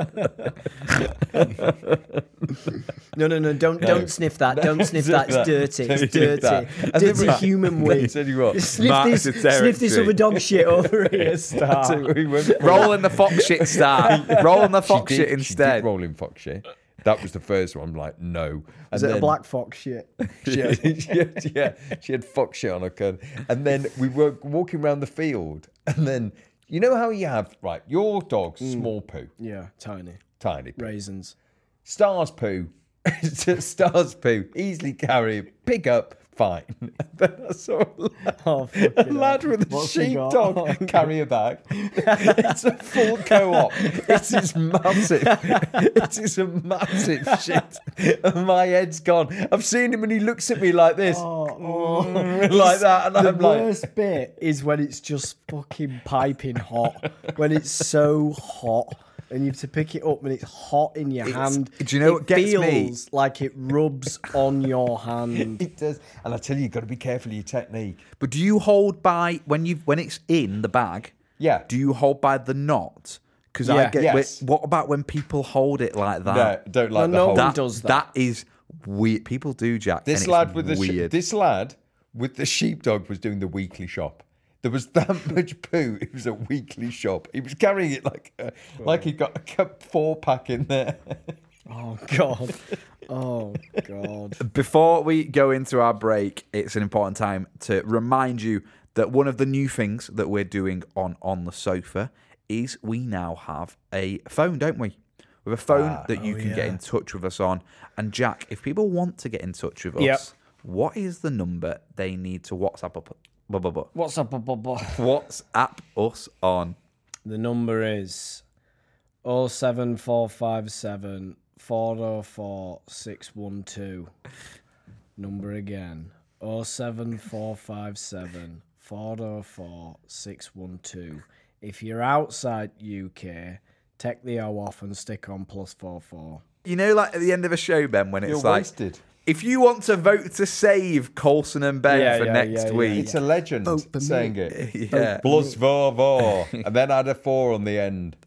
Speaker 4: No, no, no! Don't don't sniff that! Don't sniff
Speaker 3: sniff
Speaker 4: that! It's
Speaker 3: that.
Speaker 4: dirty!
Speaker 3: Don't sniff
Speaker 4: It's dirty!
Speaker 3: that. I think
Speaker 4: Dirty
Speaker 3: we-
Speaker 4: human wee.
Speaker 3: Tell you what,
Speaker 4: Sniff
Speaker 1: Mark's
Speaker 4: this!
Speaker 1: the
Speaker 4: Sniff this
Speaker 1: territory.
Speaker 4: other dog shit over here,
Speaker 3: that's
Speaker 4: star.
Speaker 3: it, we went for it.
Speaker 1: Rolling the fox shit, Star. Rolling the
Speaker 3: She
Speaker 1: fox
Speaker 3: did-
Speaker 1: shit
Speaker 3: she did
Speaker 1: instead.
Speaker 3: roll in fox shit. That was the first one. I'm like, no.
Speaker 4: Is
Speaker 3: And
Speaker 4: it a
Speaker 3: then-
Speaker 4: black fox shit?
Speaker 3: she had, she had- yeah, she had fox shit on her gun. And then we were walking around the field, and then you know how you have right your dog's small poo,
Speaker 4: Hmm. Yeah, tiny
Speaker 3: tiny poo.
Speaker 4: raisins.
Speaker 3: Stars poo, stars poo, easily carry, pick up, fine. And then I saw a lad,
Speaker 4: Oh,
Speaker 3: a
Speaker 4: fucking
Speaker 3: lad
Speaker 4: hell.
Speaker 3: with a
Speaker 4: What's he got? Oh,
Speaker 3: sheepdog carry a bag. it's a full co-op. It is massive. It is a massive shit. And my head's gone. I've seen him and he looks at me like this,
Speaker 4: Oh.
Speaker 3: like that, and
Speaker 4: Mm. the
Speaker 3: I'm like,
Speaker 4: worst bit is when it's just fucking piping hot. When it's so hot and you have to pick it up and it's hot in your
Speaker 1: It's-
Speaker 4: hand.
Speaker 1: do you know
Speaker 4: it
Speaker 1: what gets me?
Speaker 4: feels like it rubs on your hand.
Speaker 3: it does. And I tell you, you've got to be careful of your technique.
Speaker 1: But do you hold by when you when it's in the bag?
Speaker 3: Yeah.
Speaker 1: Do you hold by the knot? Because I
Speaker 4: Yeah.
Speaker 1: get.
Speaker 3: Yes.
Speaker 1: wh- What about when people hold it like
Speaker 3: No,
Speaker 1: that?
Speaker 3: don't like
Speaker 4: No,
Speaker 3: the
Speaker 4: no
Speaker 3: whole.
Speaker 4: one
Speaker 1: Ah. that
Speaker 4: does that.
Speaker 1: That is weird. People do, Jack. and
Speaker 3: This
Speaker 1: it's
Speaker 3: lad with the she-
Speaker 1: weird.
Speaker 3: this lad with the sheepdog was doing the weekly shop. There was that much poo. It was a weekly shop. He was carrying it like uh, like he got a cup four pack in there.
Speaker 4: Oh god. Oh god.
Speaker 1: Before we go into our break, it's an important time to remind you that one of the new things that we're doing on On the Sofa is we now have a phone, don't we? We have a phone
Speaker 4: Ah,
Speaker 1: that
Speaker 4: oh,
Speaker 1: you can get in touch with us on. And Jack, if people want to get in touch with us,
Speaker 4: Yep.
Speaker 1: what is the number they need to WhatsApp up? Blah, blah, blah.
Speaker 4: What's up? bu- bu- bu-
Speaker 1: WhatsApp us on.
Speaker 4: The number is 07457 404 612. Number again 07457 404 612. If you're outside UK, take the O off and stick on plus 44.
Speaker 1: You know, like at the end of a show, Ben, when it's
Speaker 3: You're
Speaker 1: like,
Speaker 3: wasted.
Speaker 1: if you want to vote to save Colson and Ben
Speaker 4: Yeah,
Speaker 1: for
Speaker 4: yeah,
Speaker 1: next
Speaker 4: yeah, yeah,
Speaker 1: week,
Speaker 3: It's a legend
Speaker 4: Vote for me.
Speaker 3: saying it.
Speaker 1: yeah.
Speaker 3: Plus four four, and then add a four on the end.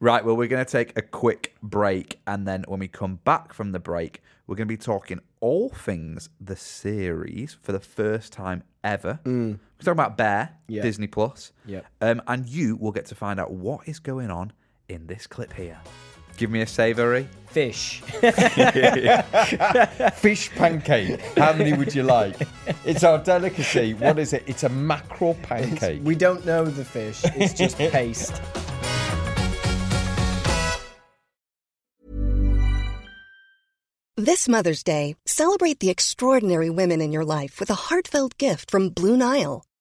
Speaker 1: Right, well, we're going to take a quick break. And then when we come back from the break, we're going to be talking all things the series for the first time ever. We're talking about Bear,
Speaker 4: Mm. Yeah.
Speaker 1: Disney Plus.
Speaker 4: Yep.
Speaker 1: Um, and you will get to find out what is going on in this clip here. Give me a savoury.
Speaker 4: Fish.
Speaker 3: Fish pancake. How many would you like? It's our delicacy. What is it? It's a mackerel pancake.
Speaker 4: we don't know the fish, it's just paste.
Speaker 6: This Mother's Day, celebrate the extraordinary women in your life with a heartfelt gift from Blue Nile.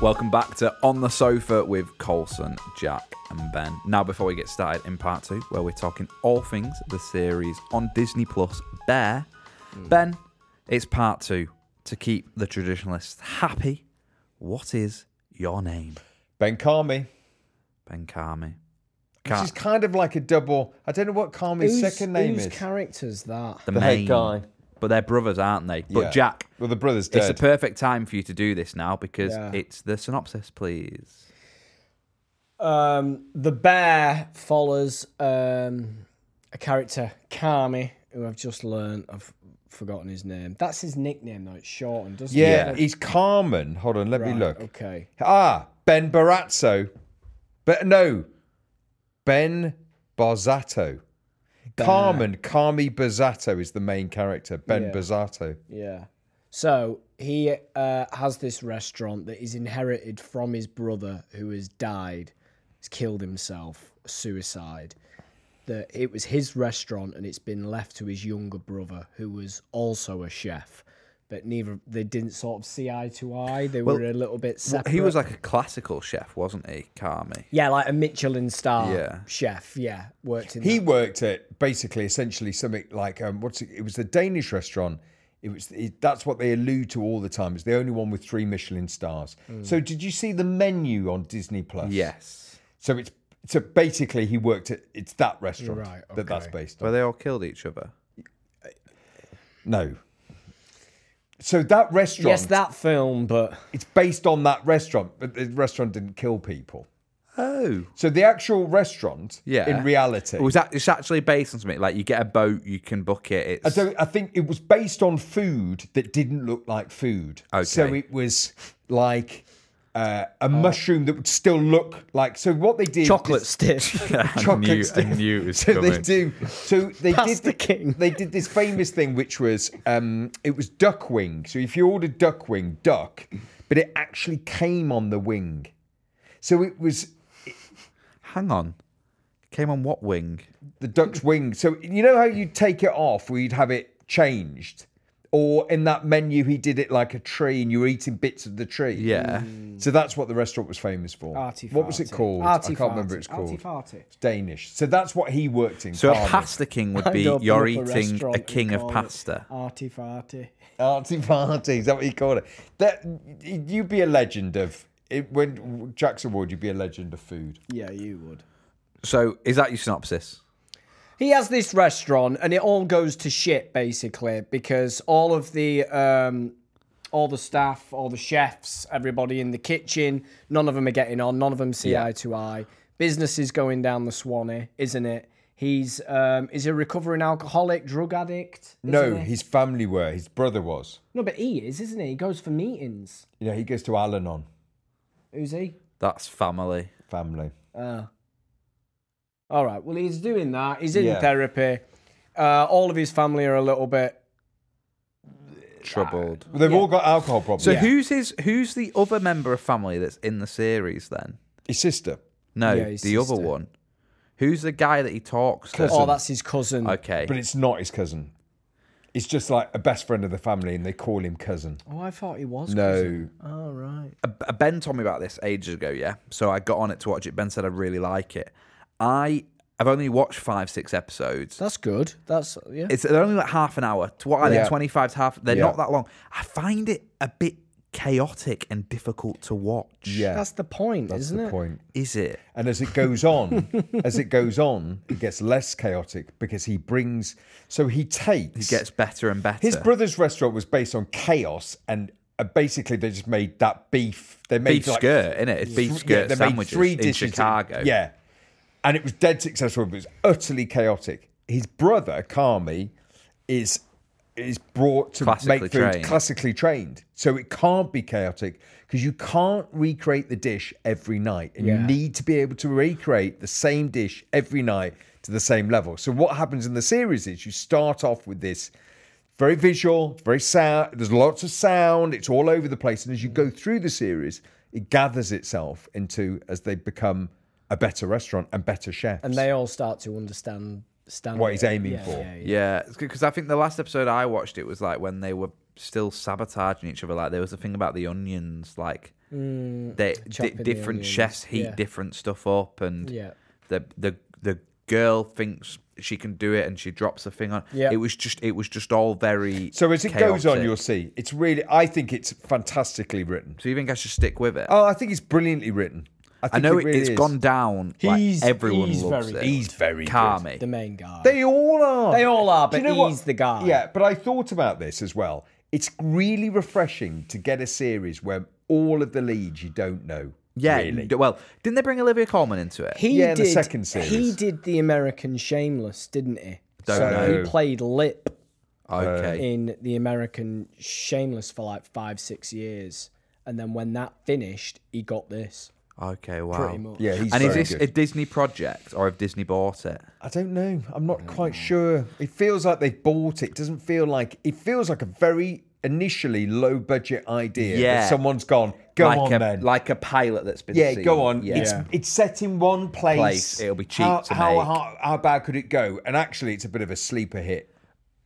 Speaker 1: Welcome back to On the Sofa with Colson, Jack, and Ben. Now, before we get started in part two, where we're talking all things the series on Disney Plus Bear,
Speaker 3: Hmm.
Speaker 1: Ben, it's part two. To keep the traditionalists happy, what is your name?
Speaker 3: Ben Carmi.
Speaker 1: Ben Carmi.
Speaker 3: Which
Speaker 1: Car-
Speaker 3: is kind of like a double. I don't know what Carmi's second name
Speaker 4: whose
Speaker 3: is.
Speaker 4: character's that?
Speaker 1: the
Speaker 3: the head
Speaker 1: main
Speaker 3: guy.
Speaker 1: But they're brothers, aren't they? But
Speaker 3: Yeah.
Speaker 1: Jack,
Speaker 3: Well, the brother's
Speaker 1: it's
Speaker 3: dead.
Speaker 1: a perfect time for you to do this now because
Speaker 4: Yeah.
Speaker 1: it's the synopsis, please.
Speaker 4: um, the bear follows um, a character, Kami, who I've just learned. I've forgotten his name. That's his nickname, though. It's shortened, doesn't
Speaker 3: Yeah,
Speaker 4: it?
Speaker 3: he's Carmen. Hold on, let
Speaker 4: Right,
Speaker 3: me look.
Speaker 4: Okay.
Speaker 3: Ah, Ben Barazzo. But no, Ben Barzato. Carmen, Carmi Barzato is the main character. Ben
Speaker 4: Yeah.
Speaker 3: Barzato.
Speaker 4: Yeah. So he uh, has this restaurant that is inherited from his brother who has died, has killed himself, suicide. That it was his restaurant and it's been left to his younger brother who was also a chef. But neither they didn't sort of see eye to eye. They
Speaker 1: Well,
Speaker 4: were a little bit separate.
Speaker 1: He was like a classical chef, wasn't he, Carmi?
Speaker 4: yeah, like a Michelin star
Speaker 1: Yeah.
Speaker 4: chef. Yeah, worked in.
Speaker 3: He
Speaker 4: that.
Speaker 3: worked at basically, essentially, something like um, what's it? It was the Danish restaurant. It was it, that's what they allude to all the time. It's the only one with three Michelin stars.
Speaker 4: Mm.
Speaker 3: So, did you see the menu on Disney Plus?
Speaker 1: Yes.
Speaker 3: So it's so basically he worked at it's that restaurant
Speaker 4: Right,
Speaker 3: that that's
Speaker 4: okay.
Speaker 3: based on.
Speaker 1: Where they all killed each other.
Speaker 3: no. So that restaurant.
Speaker 4: yes, that film, but
Speaker 3: it's based on that restaurant, but the restaurant didn't kill people.
Speaker 1: Oh.
Speaker 3: So the actual restaurant,
Speaker 1: Yeah.
Speaker 3: in reality,
Speaker 1: It was that, it's actually based on something. Like you get a boat, you can book it.
Speaker 3: I
Speaker 1: It's,
Speaker 3: don't. I think it was based on food that didn't look like food.
Speaker 1: Okay.
Speaker 3: So it was like uh, a mushroom that would still look like. So what they did,
Speaker 4: chocolate
Speaker 3: is-
Speaker 4: stiff.
Speaker 1: I knew, I knew it was
Speaker 3: so
Speaker 1: coming.
Speaker 3: they do. So they did.
Speaker 4: Pasta King.
Speaker 3: They did this famous thing, which was um, it was duck wing. So if you ordered duck wing, duck, but it actually came on the wing. So it was
Speaker 1: Hang on. Came on what wing?
Speaker 3: the duck's wing. So you know how you'd take it off, where you'd have it changed, or in that menu he did it like a tree, and you were eating bits of the tree.
Speaker 1: Yeah.
Speaker 3: So that's what the restaurant was famous for.
Speaker 4: Arty
Speaker 3: What was it
Speaker 4: farty.
Speaker 3: called?
Speaker 4: Arty
Speaker 3: I can't
Speaker 4: farty.
Speaker 3: remember. It's
Speaker 4: Arty
Speaker 3: called
Speaker 4: farty.
Speaker 3: It's Danish. So that's what he worked in.
Speaker 1: So a
Speaker 3: Cardiff.
Speaker 1: pasta king would
Speaker 4: I'd
Speaker 1: be
Speaker 4: open
Speaker 1: you're
Speaker 4: up a
Speaker 1: eating
Speaker 4: restaurant
Speaker 1: a
Speaker 4: and
Speaker 1: king of
Speaker 4: call it
Speaker 1: pasta.
Speaker 4: Arty farty.
Speaker 3: arty farty. Is that what he called it? That you'd be a legend of. It, when Jack's Award, you'd be a legend of food.
Speaker 4: Yeah, you would.
Speaker 1: So is that your synopsis?
Speaker 4: He has this restaurant, and it all goes to shit basically because all of the um, all the staff, all the chefs, everybody in the kitchen, none of them are getting on. None of them see
Speaker 1: Yeah.
Speaker 4: eye to eye. Business is going down the swanee, isn't it? He's um, is he a recovering alcoholic, drug addict?
Speaker 3: No,
Speaker 4: isn't he?
Speaker 3: his family were. His brother was.
Speaker 4: no, but he is, isn't he? He goes for meetings.
Speaker 3: You know, he goes to Al-Anon
Speaker 4: Who's he?
Speaker 1: That's family.
Speaker 3: family.
Speaker 4: Uh, all right. Well, he's doing that. He's in
Speaker 3: Yeah.
Speaker 4: therapy. Uh, all of his family are a little bit.
Speaker 1: Troubled.
Speaker 3: They've all got alcohol problems.
Speaker 1: So who's his who's the other member of family that's in the series then?
Speaker 3: his sister?
Speaker 1: No,
Speaker 4: Yeah,
Speaker 1: the
Speaker 4: his
Speaker 1: other
Speaker 4: sister.
Speaker 1: one. Who's the guy that he talks to?
Speaker 4: Oh, that's his cousin.
Speaker 1: okay.
Speaker 3: But it's not his cousin. It's just like a best friend of the family, and they call him cousin.
Speaker 4: Oh, I thought he was.
Speaker 3: No,
Speaker 4: All right.
Speaker 1: Uh, Ben told me about this ages ago, yeah. So I got on it to watch it. Ben said I really like it. I I've only watched five, six episodes.
Speaker 4: That's good. That's yeah.
Speaker 1: It's they're only like half an hour. Tw- I think
Speaker 3: Yeah.
Speaker 1: 25 to half. They're
Speaker 3: Yeah.
Speaker 1: not that long. I find it a bit chaotic and difficult to watch.
Speaker 3: yeah,
Speaker 4: That's
Speaker 3: that's,
Speaker 4: the point, isn't
Speaker 3: the
Speaker 4: it?
Speaker 3: point.
Speaker 1: Is it?
Speaker 3: And as it goes on, as it goes on, it gets less chaotic because he brings. So he
Speaker 1: He
Speaker 3: takes.
Speaker 1: gets better and better.
Speaker 3: his brother's restaurant was based on chaos, and uh, basically they just made that beef. They made
Speaker 1: beef
Speaker 3: like,
Speaker 1: skirt, innit? It's beef
Speaker 3: Yeah,
Speaker 1: skirt
Speaker 3: they made
Speaker 1: sandwiches
Speaker 3: three
Speaker 1: in
Speaker 3: dishes
Speaker 1: Chicago.
Speaker 3: yeah. And it was dead successful, but it was utterly chaotic. His brother, Carmi, is is brought to
Speaker 1: Classically
Speaker 3: make food
Speaker 1: trained.
Speaker 3: classically trained. So it can't be chaotic because you can't recreate the dish every night. And you
Speaker 4: Yeah.
Speaker 3: need to be able to recreate the same dish every night to the same level. So what happens in the series is you start off with this very visual, very sound. There's lots of sound. It's all over the place. And as you go through the series, it gathers itself into as they become a better restaurant and better chefs.
Speaker 4: And they all start to understand. Stand
Speaker 3: What he's aiming
Speaker 4: yeah,
Speaker 3: for.
Speaker 4: Yeah, yeah.
Speaker 1: Yeah, because I think the last episode I watched, it was like when they were still sabotaging each other. Like there was a thing about the onions, like they di-
Speaker 4: Mm, chopping the
Speaker 1: different
Speaker 4: onions.
Speaker 1: chefs heat
Speaker 4: Yeah.
Speaker 1: different stuff up, and
Speaker 4: Yeah.
Speaker 1: the the the girl thinks she can do it, and she drops a thing on.
Speaker 4: Yeah.
Speaker 1: it was just it was just all very
Speaker 3: so as it goes on,
Speaker 1: chaotic.
Speaker 3: you'll see. It's really. I think it's fantastically written.
Speaker 1: So you think I should stick with it?
Speaker 3: Oh, I think it's brilliantly written. I,
Speaker 1: I
Speaker 3: think
Speaker 1: know
Speaker 3: it
Speaker 1: it,
Speaker 3: really
Speaker 1: it's
Speaker 3: is.
Speaker 1: gone down.
Speaker 4: He's-
Speaker 1: like everyone
Speaker 4: he's
Speaker 1: loves
Speaker 4: very
Speaker 1: it.
Speaker 4: good. He's
Speaker 3: very good.
Speaker 1: Carmi.
Speaker 4: The main guy.
Speaker 3: They all are.
Speaker 4: They all are,
Speaker 3: Do
Speaker 4: but he's the guy.
Speaker 3: Yeah, but I thought about this as well. It's really refreshing to get a series where all of the leads you don't know.
Speaker 1: Yeah,
Speaker 3: really.
Speaker 1: d- well, didn't they bring Olivia Colman into it?
Speaker 4: he
Speaker 3: Yeah, in
Speaker 4: did,
Speaker 3: the second series.
Speaker 4: He did the American Shameless, didn't he?
Speaker 1: Don't
Speaker 4: so
Speaker 1: know.
Speaker 4: he played Lip
Speaker 1: okay,
Speaker 4: in the American Shameless for like five, six years, and then when that finished, he got this.
Speaker 3: Uh,
Speaker 1: okay, wow.
Speaker 4: Pretty much.
Speaker 3: Yeah, he's
Speaker 1: and is
Speaker 3: very
Speaker 1: this
Speaker 3: good.
Speaker 1: a Disney project or have Disney bought it?
Speaker 3: I don't know. I'm not quite sure. It feels like they bought it. Doesn't feel like it feels like a very initially low budget idea. that
Speaker 1: Yeah.
Speaker 3: someone's gone. Go
Speaker 1: like
Speaker 3: on
Speaker 1: a,
Speaker 3: then.
Speaker 1: Like a pilot that's been
Speaker 3: yeah,
Speaker 1: seen.
Speaker 3: go on.
Speaker 1: Yeah.
Speaker 3: It's it's set in one place.
Speaker 1: Place. It'll be cheap
Speaker 3: How,
Speaker 1: to
Speaker 3: how,
Speaker 1: make.
Speaker 3: how how bad could it go? And actually, it's a bit of a sleeper hit.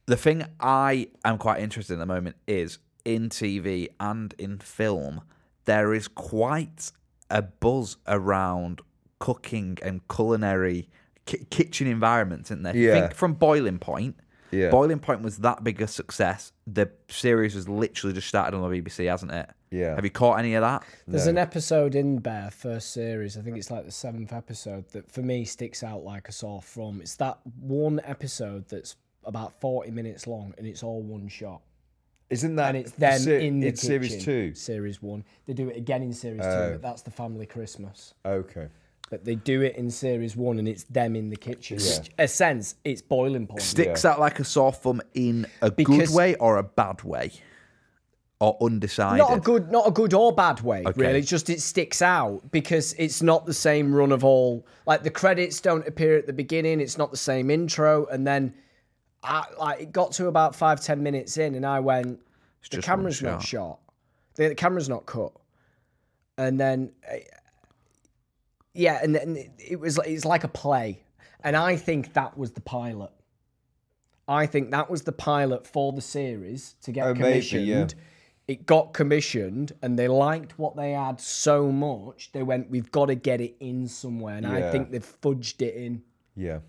Speaker 1: the thing I am quite interested in at the moment is in TV and in film, there is quite a buzz around cooking and culinary ki- kitchen environments, isn't there?
Speaker 3: Yeah.
Speaker 1: Think from Boiling Point.
Speaker 3: Yeah.
Speaker 1: Boiling Point was that big a success. The series has literally just started on the BBC, hasn't it?
Speaker 3: Yeah.
Speaker 1: Have you caught any of that?
Speaker 4: There's an episode in Bear first series. I think it's like the seventh episode that for me sticks out like a sore thumb. It's that one episode that's about forty minutes long and it's all one shot.
Speaker 3: Isn't that
Speaker 4: And it's them
Speaker 3: se-
Speaker 4: in the
Speaker 3: it's series
Speaker 4: kitchen.
Speaker 3: two? Oh.
Speaker 4: series one. They do it again in series two. But that's the family Christmas.
Speaker 3: Okay.
Speaker 4: But they do it in series one, and it's them in the kitchen. A sense, it's boiling point.
Speaker 1: Sticks out like a sore thumb in a
Speaker 4: Because-
Speaker 1: good way or a bad way? Or undecided?
Speaker 4: not a good, not a good or bad way, really. It's just it sticks out because it's not the same run of all. Like the credits don't appear at the beginning. It's not the same intro, and then I like it got to about five ten minutes in, and I went, the
Speaker 1: just one
Speaker 4: camera's not
Speaker 1: shot."
Speaker 4: shot, the, the camera's not cut, and then uh, yeah, and then it- it was it's like a play, and I think that was the pilot. I think that was the pilot for the series to get
Speaker 3: Oh, maybe,
Speaker 4: commissioned.
Speaker 3: yeah.
Speaker 4: It got commissioned and they liked what they had so much, they went, We've got to get it in somewhere. And I
Speaker 3: Yeah.
Speaker 4: think they've fudged it in.
Speaker 3: Yeah.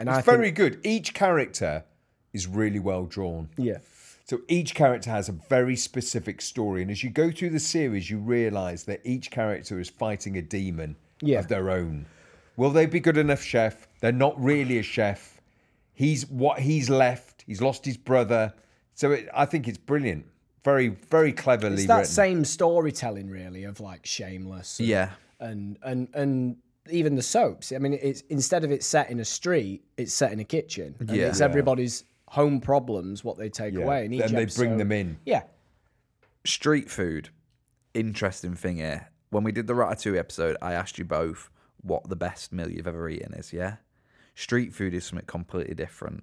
Speaker 4: And
Speaker 3: It's
Speaker 4: I
Speaker 3: very
Speaker 4: think,
Speaker 3: good. Each character is really well drawn.
Speaker 4: yeah.
Speaker 3: So each character has a very specific story, and as you go through the series, you realise that each character is fighting a demon
Speaker 4: Yeah.
Speaker 3: of their own. Will they be good enough chef? They're not really a chef. He's what he's left. He's lost his brother. So it, I think it's brilliant. Very, very cleverly
Speaker 4: It's
Speaker 3: written.
Speaker 4: that same storytelling really of like shameless. and-
Speaker 1: Yeah.
Speaker 4: And and and even the soaps. I mean it's instead of it set in a street, it's set in a kitchen. And
Speaker 1: Yeah.
Speaker 4: it's everybody's home problems, what they take
Speaker 3: Yeah.
Speaker 4: away. And each
Speaker 3: Then they bring
Speaker 4: episode-
Speaker 3: them in.
Speaker 4: Yeah.
Speaker 1: street food. Interesting thing here. When we did the Ratatouille episode, I asked you both what the best meal you've ever eaten is. Yeah, street food is something completely different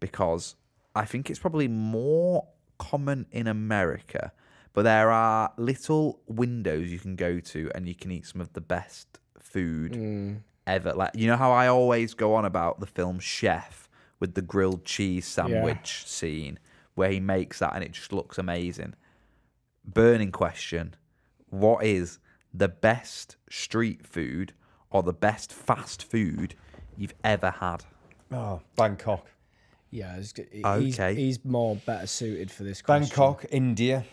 Speaker 1: because I think it's probably more common in America, but there are little windows you can go to and you can eat some of the best food ever. Like you know how I always go on about the film Chef with the grilled cheese sandwich scene where he makes that and it just looks amazing burning question what is the best street food or the best fast food you've ever had
Speaker 3: Oh, Bangkok,
Speaker 4: Yeah, it's good. He-
Speaker 1: Okay.
Speaker 4: he's, he's more better suited for this question.
Speaker 3: Bangkok, India.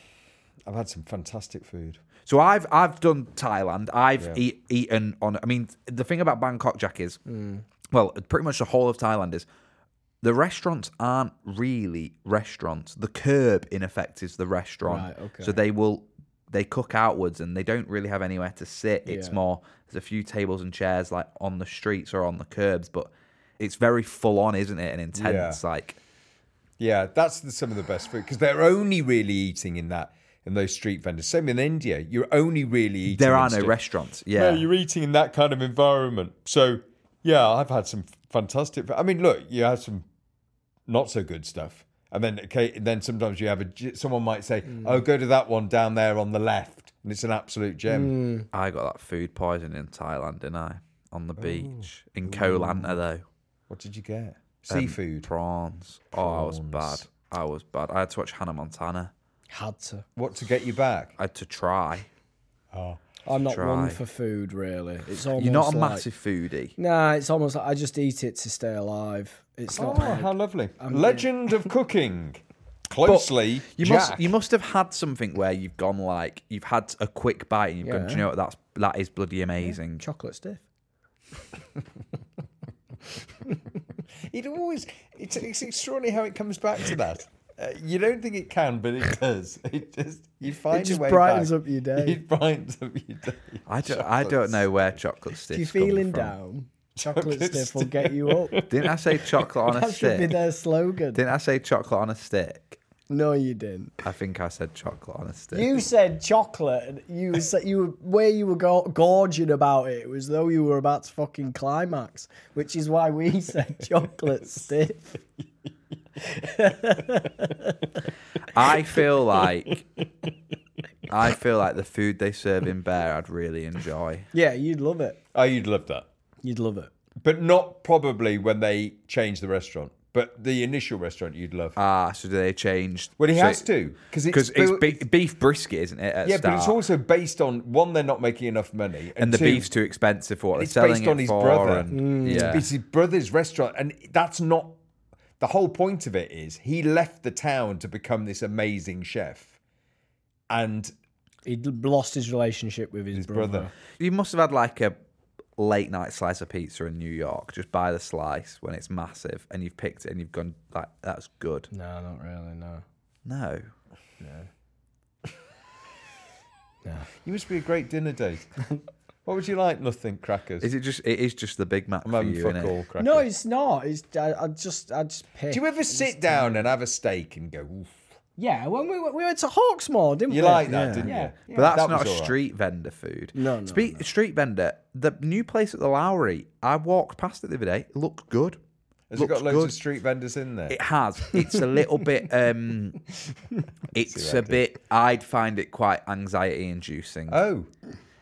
Speaker 3: I've had some fantastic food.
Speaker 1: so i've i've done thailand i've eat, eaten on i mean the thing about bangkok jack is
Speaker 4: Mm.
Speaker 1: well pretty much the whole of thailand is the restaurants aren't really restaurants the curb in effect is the restaurant
Speaker 4: Right, okay.
Speaker 1: so they will they cook outwards and they don't really have anywhere to sit it's
Speaker 4: Yeah.
Speaker 1: more there's a few tables and chairs like on the streets or on the curbs but it's very full on isn't it and intense like
Speaker 3: Yeah, that's the, some of the best food because they're only really eating in that in those street vendors. Same in India, you're only really eating.
Speaker 1: there
Speaker 3: in
Speaker 1: are no
Speaker 3: street-
Speaker 1: restaurants yeah
Speaker 3: No, you're eating in that kind of environment. So yeah, I've had some fantastic. I mean, look, you have some not so good stuff, and then okay, then sometimes you have a. j- Someone might say,
Speaker 1: Mm.
Speaker 3: "Oh, go to that one down there on the left," and it's an absolute gem.
Speaker 1: i got that food poisoning in thailand didn't i on
Speaker 4: Oh.
Speaker 1: the beach in koh lanta though Um,
Speaker 3: What did you get? Seafood.
Speaker 1: prawns. oh i was bad i was bad i had to watch hannah montana
Speaker 4: Had to.
Speaker 3: what to get you back?
Speaker 1: i had to try
Speaker 4: I'm not
Speaker 1: Try.
Speaker 4: one for food, really. It's almost
Speaker 1: you're not a
Speaker 4: like-
Speaker 1: massive foodie
Speaker 4: Nah, it's almost like I just eat it to stay alive. It's
Speaker 3: Oh,
Speaker 4: not. like-
Speaker 3: how lovely! Legend of cooking. Closely,
Speaker 1: You
Speaker 3: Jack.
Speaker 1: must you must have had something where you've gone like you've had a quick bite and you've gone, do you know what that's that is bloody amazing.
Speaker 4: chocolate stiff.
Speaker 3: It always, it's, it's extraordinary how it comes back to that. Uh, you don't think it can, but it does. It just, you find
Speaker 4: just
Speaker 3: a way
Speaker 4: brightens
Speaker 3: back.
Speaker 4: up your day.
Speaker 3: It brightens up your day.
Speaker 1: I don't I don't know where chocolate sticks.
Speaker 4: If you're feeling
Speaker 1: come from.
Speaker 4: down, chocolate stiff will get you up.
Speaker 1: Didn't I say chocolate on a
Speaker 4: that should be
Speaker 1: stick?
Speaker 4: their slogan.
Speaker 1: Didn't I say chocolate on a stick?
Speaker 4: No, you didn't.
Speaker 1: I think I said chocolate on a stick.
Speaker 4: You said chocolate, and you said you were where you were go- gorging about it. It was though you were about to fucking climax, which is why we said chocolate stiff.
Speaker 1: I feel like I feel like the food they serve in Bear I'd really enjoy.
Speaker 4: Yeah, you'd love it.
Speaker 3: Oh, you'd love that.
Speaker 4: You'd love it.
Speaker 3: But not probably when they change the restaurant. But the initial restaurant you'd love.
Speaker 1: Ah, so do they change?
Speaker 3: well, he
Speaker 1: so
Speaker 3: has to because it's,
Speaker 1: because it's
Speaker 3: built-
Speaker 1: be- beef brisket, isn't it? At
Speaker 3: yeah,
Speaker 1: start?
Speaker 3: but it's also based on one. They're not making enough money,
Speaker 1: and the
Speaker 3: two,
Speaker 1: beef's too expensive for what they're
Speaker 3: It's
Speaker 1: selling
Speaker 3: based
Speaker 1: it
Speaker 3: on his
Speaker 1: for,
Speaker 3: brother. Mm.
Speaker 1: and- yeah.
Speaker 3: It's his brother's restaurant, and that's not the whole point of it. Is he left the town to become this amazing chef, and
Speaker 4: He'd l- lost his relationship with his,
Speaker 3: his
Speaker 4: brother.
Speaker 3: brother.
Speaker 1: You must have had like a late night slice of pizza in New York. Just buy the slice when it's massive, and you've picked it and you've gone like, "That's good."
Speaker 4: No, not really. No.
Speaker 1: No,
Speaker 3: You must be a great dinner date. what would you like? Nothing crackers.
Speaker 1: is it just? It is just the Big Mac
Speaker 3: I'm
Speaker 1: for
Speaker 3: having
Speaker 1: you,
Speaker 3: fuck
Speaker 1: innit?
Speaker 3: all crackers.
Speaker 4: No, it's not. It's I, I just I just pick.
Speaker 3: Do you ever sit down and have a steak and go? Oof.
Speaker 4: Yeah, when we went- we went to Hawksmoor, didn't
Speaker 3: You
Speaker 4: we?
Speaker 3: like that, didn't
Speaker 4: Yeah.
Speaker 3: you?
Speaker 1: But that's
Speaker 3: That
Speaker 1: not
Speaker 3: was
Speaker 1: a
Speaker 3: all right.
Speaker 1: street vendor food.
Speaker 4: No, no,
Speaker 1: Spe- Street vendor. The new place at the Lowry. I walked past it the other day. It looked good.
Speaker 3: Has it
Speaker 1: Looks
Speaker 3: got loads
Speaker 1: good.
Speaker 3: of street vendors in there?
Speaker 1: It has. It's a little bit. um It's a bit. I'd find it quite anxiety inducing.
Speaker 3: oh,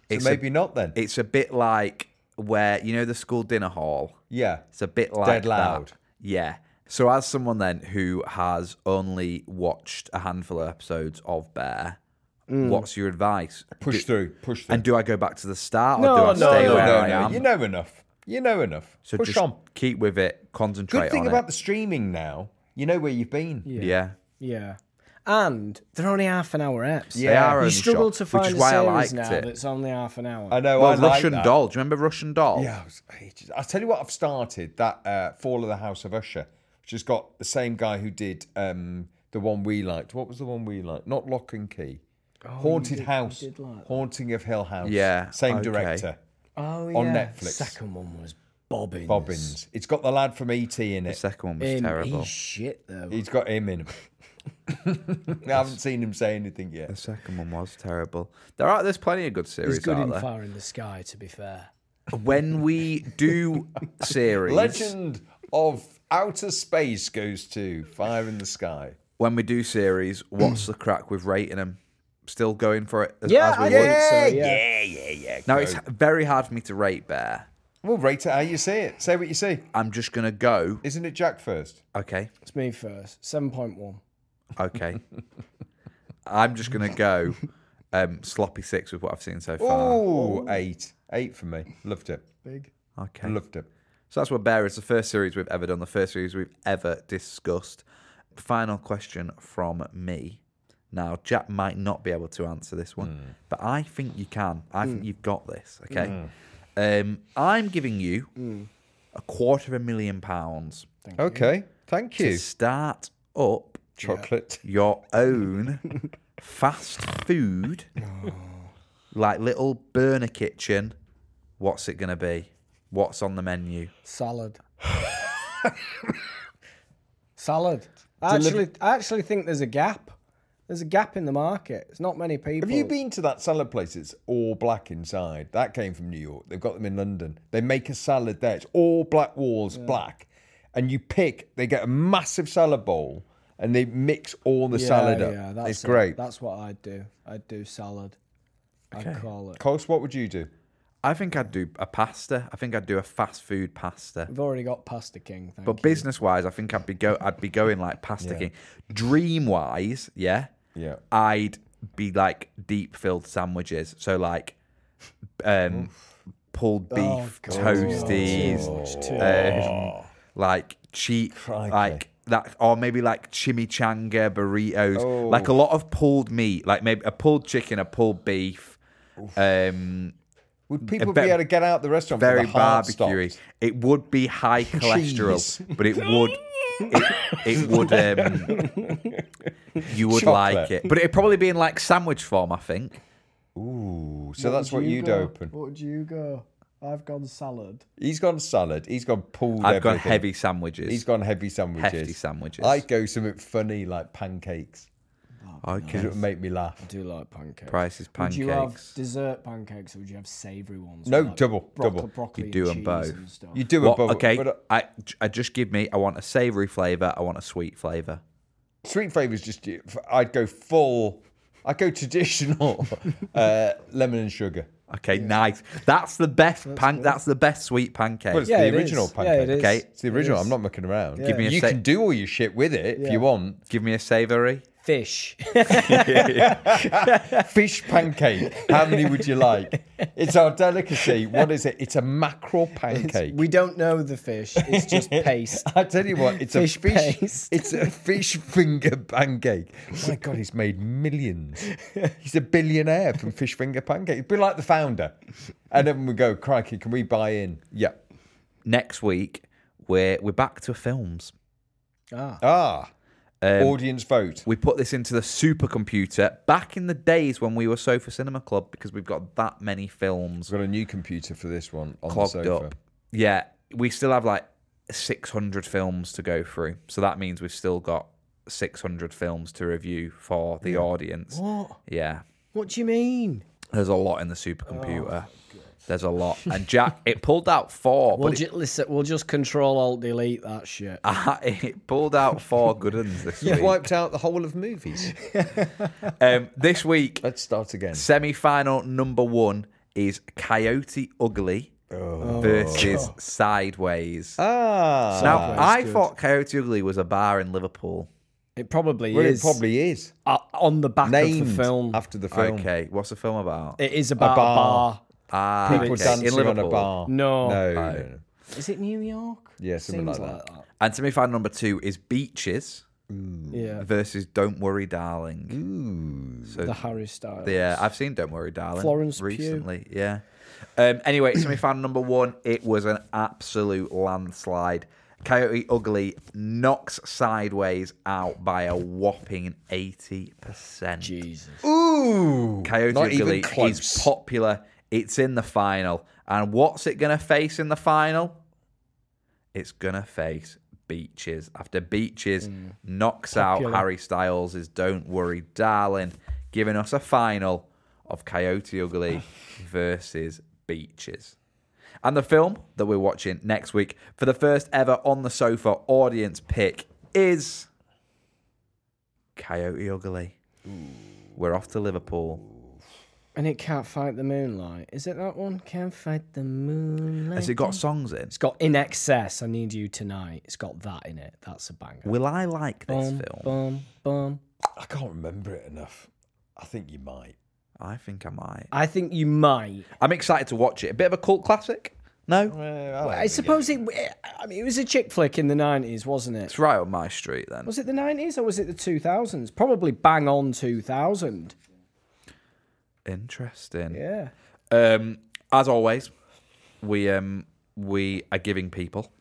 Speaker 1: It's a-
Speaker 3: so maybe not then.
Speaker 1: It's a bit like where you know the school dinner hall.
Speaker 3: yeah,
Speaker 1: It's a bit like
Speaker 3: Dead
Speaker 1: that.
Speaker 3: loud.
Speaker 1: Yeah. So as someone then who has only watched a handful of episodes of Bear,
Speaker 4: Mm.
Speaker 1: what's your advice?
Speaker 3: push
Speaker 1: Do-
Speaker 3: through, push through.
Speaker 1: And do I go back to the start or
Speaker 4: No,
Speaker 1: do I
Speaker 4: no,
Speaker 1: stay
Speaker 4: no,
Speaker 1: where
Speaker 4: no,
Speaker 1: I am?
Speaker 3: You know enough. You know enough.
Speaker 1: so
Speaker 3: push
Speaker 1: just
Speaker 3: on.
Speaker 1: keep with it, concentrate
Speaker 3: Good thing
Speaker 1: on it.
Speaker 3: about the streaming now, you know where you've been.
Speaker 1: yeah.
Speaker 4: Yeah. And they're only half an hour eps.
Speaker 1: They are
Speaker 4: You
Speaker 1: only
Speaker 4: struggle
Speaker 1: short,
Speaker 4: to
Speaker 1: which
Speaker 4: find
Speaker 1: is
Speaker 4: a
Speaker 1: why I
Speaker 4: series
Speaker 1: liked
Speaker 4: now
Speaker 1: it.
Speaker 4: that's only half an hour.
Speaker 3: I know.
Speaker 1: well,
Speaker 3: Oh, I like
Speaker 1: Russian
Speaker 3: that.
Speaker 1: Doll. Do you remember Russian Doll?
Speaker 3: Yeah, it was ages. I'll tell you what. I've started that uh, Fall of the House of Usher, which has got the same guy who did um, the one we liked. What was the one we liked? Not Lock and Key. Haunted House, Haunting of Hill House.
Speaker 1: Yeah,
Speaker 3: same
Speaker 1: okay.
Speaker 3: director.
Speaker 4: Oh, yeah.
Speaker 3: On Netflix.
Speaker 4: Second one was Bobbins.
Speaker 3: Bobbins. It's got the lad from ET in
Speaker 1: The
Speaker 3: it.
Speaker 1: second one was
Speaker 4: Him,
Speaker 1: terrible.
Speaker 4: He's shit though.
Speaker 3: He's got him in. I haven't seen him say anything
Speaker 1: The
Speaker 3: yet.
Speaker 1: second one was terrible. There are there's plenty of good series
Speaker 4: He's good
Speaker 1: out
Speaker 4: in
Speaker 1: there.
Speaker 4: Fire in the Sky, to be fair.
Speaker 1: When we do series
Speaker 3: Legend of Outer Space goes to Fire in the Sky.
Speaker 1: when we do series, what's the crack with rating them? Still going for it? As,
Speaker 4: Yeah,
Speaker 1: as we
Speaker 4: I
Speaker 1: would.
Speaker 4: think so. Yeah.
Speaker 3: yeah, yeah.
Speaker 1: Now it's very hard for me to rate Bear.
Speaker 3: Well, rate it how you see it. Say what you see.
Speaker 1: I'm just gonna go.
Speaker 3: Isn't it Jack first?
Speaker 1: Okay,
Speaker 4: It's me first. Seven point one.
Speaker 1: okay. I'm just gonna go um, sloppy six with what I've seen so far.
Speaker 3: Oh, eight. Eight for me. Loved it.
Speaker 1: Okay.
Speaker 3: Loved it.
Speaker 1: So that's what Bear is. The first series we've ever done. The first series we've ever discussed. Final question from me. Now, Jack might not be able to answer this one, but I think you can. I think you've got this. Okay. Um, I'm giving you a quarter of a million pounds
Speaker 3: okay. Thank
Speaker 1: to
Speaker 3: you.
Speaker 1: start up
Speaker 3: Chocolate.
Speaker 1: your own fast food, like little burner kitchen. What's it going to be? What's on the menu?
Speaker 4: Salad. Salad. I actually, I actually think there's a gap. There's a gap in the market. It's not many people.
Speaker 3: Have you been to that salad place? It's all black inside. That came from New York. They've got them in London. They make a salad there. It's all black walls, black. And you pick, they get a massive salad bowl and they mix all the
Speaker 4: Yeah,
Speaker 3: salad up.
Speaker 4: Yeah, that's
Speaker 3: it's
Speaker 4: it.
Speaker 3: great. Of
Speaker 4: That's what I'd do. I'd do salad. I'd call it.
Speaker 3: course, what would you do?
Speaker 1: I think I'd do a pasta. I think I'd do a fast food pasta.
Speaker 4: We've already got Pasta King. Thank
Speaker 1: But
Speaker 4: you.
Speaker 1: business wise, I think I'd be go. I'd be going like pasta king. Dream wise, yeah,
Speaker 3: Yeah.
Speaker 1: I'd be like deep filled sandwiches. So like, um, pulled beef toasties,
Speaker 3: uh,
Speaker 1: um, like cheap, like that, or maybe like chimichanga burritos,
Speaker 3: Oh.
Speaker 1: like a lot of pulled meat, like maybe a pulled chicken, a pulled beef. Um,
Speaker 3: Would people
Speaker 1: bit-
Speaker 3: be able to get out the restaurant? for
Speaker 1: very
Speaker 3: the hard stops?
Speaker 1: barbecuey. It would be high cholesterol,
Speaker 3: Cheese.
Speaker 1: but it would it, it would um, you would
Speaker 3: Chocolate.
Speaker 1: like it. But it'd probably be in like sandwich form, I think.
Speaker 3: Ooh, so that's what
Speaker 4: would
Speaker 3: you'd
Speaker 4: go?
Speaker 3: open.
Speaker 4: What would you go? I've gone salad.
Speaker 3: He's gone salad. He's gone pulled.
Speaker 1: I've got
Speaker 3: everything.
Speaker 1: heavy sandwiches.
Speaker 3: He's gone heavy sandwiches.
Speaker 1: Hefty sandwiches.
Speaker 3: I go something funny like pancakes. because it would make me laugh.
Speaker 4: I do like pancakes.
Speaker 1: Price's
Speaker 4: Would you have
Speaker 1: pancakes.
Speaker 4: dessert pancakes or would you have savoury ones?
Speaker 3: No,
Speaker 4: with, like
Speaker 3: double, double.
Speaker 4: Broccoli
Speaker 1: You do
Speaker 4: and
Speaker 1: 'em both.
Speaker 4: cheese and stuff?
Speaker 3: You do
Speaker 1: What-
Speaker 3: it, but,
Speaker 1: okay,
Speaker 3: but uh,
Speaker 1: I, I just give me. I want a savoury flavour. I want a sweet flavour.
Speaker 3: sweet flavors just I'd go full. I go traditional uh, lemon and sugar.
Speaker 1: Okay, nice. That's the best pan. That's the best sweet pancake.
Speaker 3: Well, it's
Speaker 4: Yeah,
Speaker 3: the
Speaker 4: it
Speaker 3: original
Speaker 4: is. Yeah,
Speaker 3: pancake.
Speaker 4: it is.
Speaker 1: Okay.
Speaker 3: It's the original.
Speaker 4: is.
Speaker 3: I'm not mucking around.
Speaker 4: Give
Speaker 1: me a
Speaker 3: you
Speaker 1: sec-
Speaker 3: can do all your shit with it if
Speaker 4: Yeah.
Speaker 3: you want.
Speaker 1: Give me a savoury.
Speaker 4: Fish.
Speaker 3: Fish pancake. How many would you like? It's our delicacy. What is it? It's a mackerel pancake.
Speaker 4: we don't know the fish. It's just paste.
Speaker 3: I tell you what, it's
Speaker 4: Fish
Speaker 3: a fish.
Speaker 4: paste.
Speaker 3: It's a fish finger pancake. My God, he's made millions. He's a billionaire from fish finger pancake. He'd be like the founder. And then we go, crikey, can we buy in? Yeah.
Speaker 1: Next week, we're we're back to films.
Speaker 3: Ah, audience vote.
Speaker 1: We put this into the supercomputer back in the days when we were Sofa Cinema Club because we've got that many films
Speaker 3: We've got a new computer for this one on
Speaker 1: clogged
Speaker 3: the sofa.
Speaker 1: up. Yeah, we still have like 600 films to go through. So that means we've still got 600 films to review for the audience.
Speaker 4: What?
Speaker 1: Yeah.
Speaker 4: What do you mean?
Speaker 1: There's a lot in the supercomputer. There's a lot. And Jack, it pulled out
Speaker 3: Oh,
Speaker 1: four,
Speaker 4: We'll,
Speaker 1: but it,
Speaker 4: ju- listen, we'll just control alt delete that shit.
Speaker 3: Ah,
Speaker 1: it pulled out four good ones this
Speaker 3: You've
Speaker 1: week.
Speaker 3: wiped out the whole of movies.
Speaker 1: Um, this week,
Speaker 3: Let's start again.
Speaker 1: semi final number one is Coyote Ugly versus Sideways.
Speaker 3: Ah,
Speaker 1: now, I thought Coyote Ugly was a bar in Liverpool.
Speaker 4: It probably
Speaker 3: well, it
Speaker 4: is.
Speaker 3: probably is.
Speaker 4: uh, on the back
Speaker 3: Named
Speaker 4: of the film.
Speaker 3: after the film.
Speaker 1: Okay, what's the film about?
Speaker 4: It is about a
Speaker 3: bar.
Speaker 4: bar.
Speaker 1: ah,
Speaker 3: People
Speaker 1: okay,
Speaker 3: dancing
Speaker 1: in
Speaker 3: on
Speaker 1: Liverpool.
Speaker 3: a bar.
Speaker 4: No.
Speaker 3: No. no, no.
Speaker 4: Is it New York?
Speaker 3: Yeah, something
Speaker 4: Seems
Speaker 3: like that.
Speaker 1: And semi final number two is Beaches
Speaker 4: Yeah.
Speaker 1: versus Don't Worry, Darling.
Speaker 4: The Harry Styles.
Speaker 1: Yeah, uh, I've seen Don't Worry, Darling.
Speaker 4: Florence Pugh.
Speaker 1: recently. Yeah. Um, anyway, semi final number one. It was an absolute landslide. Coyote Ugly knocks sideways out by a whopping eighty percent.
Speaker 4: Jesus.
Speaker 3: Ooh,
Speaker 1: Coyote
Speaker 3: not even
Speaker 1: Ugly
Speaker 3: close.
Speaker 1: is popular. It's in the final, and what's it gonna face in the final? It's gonna face Beaches. After Beaches knocks out
Speaker 4: Popular.
Speaker 1: Harry Styles' is "Don't Worry, Darling," giving us a final of Coyote Ugly versus Beaches. And the film that we're watching next week for the first ever on the sofa audience pick is Coyote Ugly. We're off to Liverpool.
Speaker 4: And it can't fight the moonlight. Is it that one? Can't fight the moonlight.
Speaker 1: Has it got songs in?
Speaker 4: It's got In Excess, I Need You Tonight. It's got that in it. That's a banger.
Speaker 1: Will I like this
Speaker 4: Bum,
Speaker 1: film?
Speaker 4: bum, bum.
Speaker 3: I can't remember it enough. I think you might.
Speaker 1: I think I might.
Speaker 4: I think you might.
Speaker 1: I'm excited to watch it. A bit of a cult classic?
Speaker 3: Uh,
Speaker 1: No?
Speaker 4: I suppose it. I mean, it was a chick flick in the nineties, wasn't it?
Speaker 1: It's right on my street then.
Speaker 4: Was it the nineties or was it the two thousands? Probably bang on two thousand.
Speaker 1: Interesting.
Speaker 4: Yeah.
Speaker 1: Um, as always, we um we are giving people.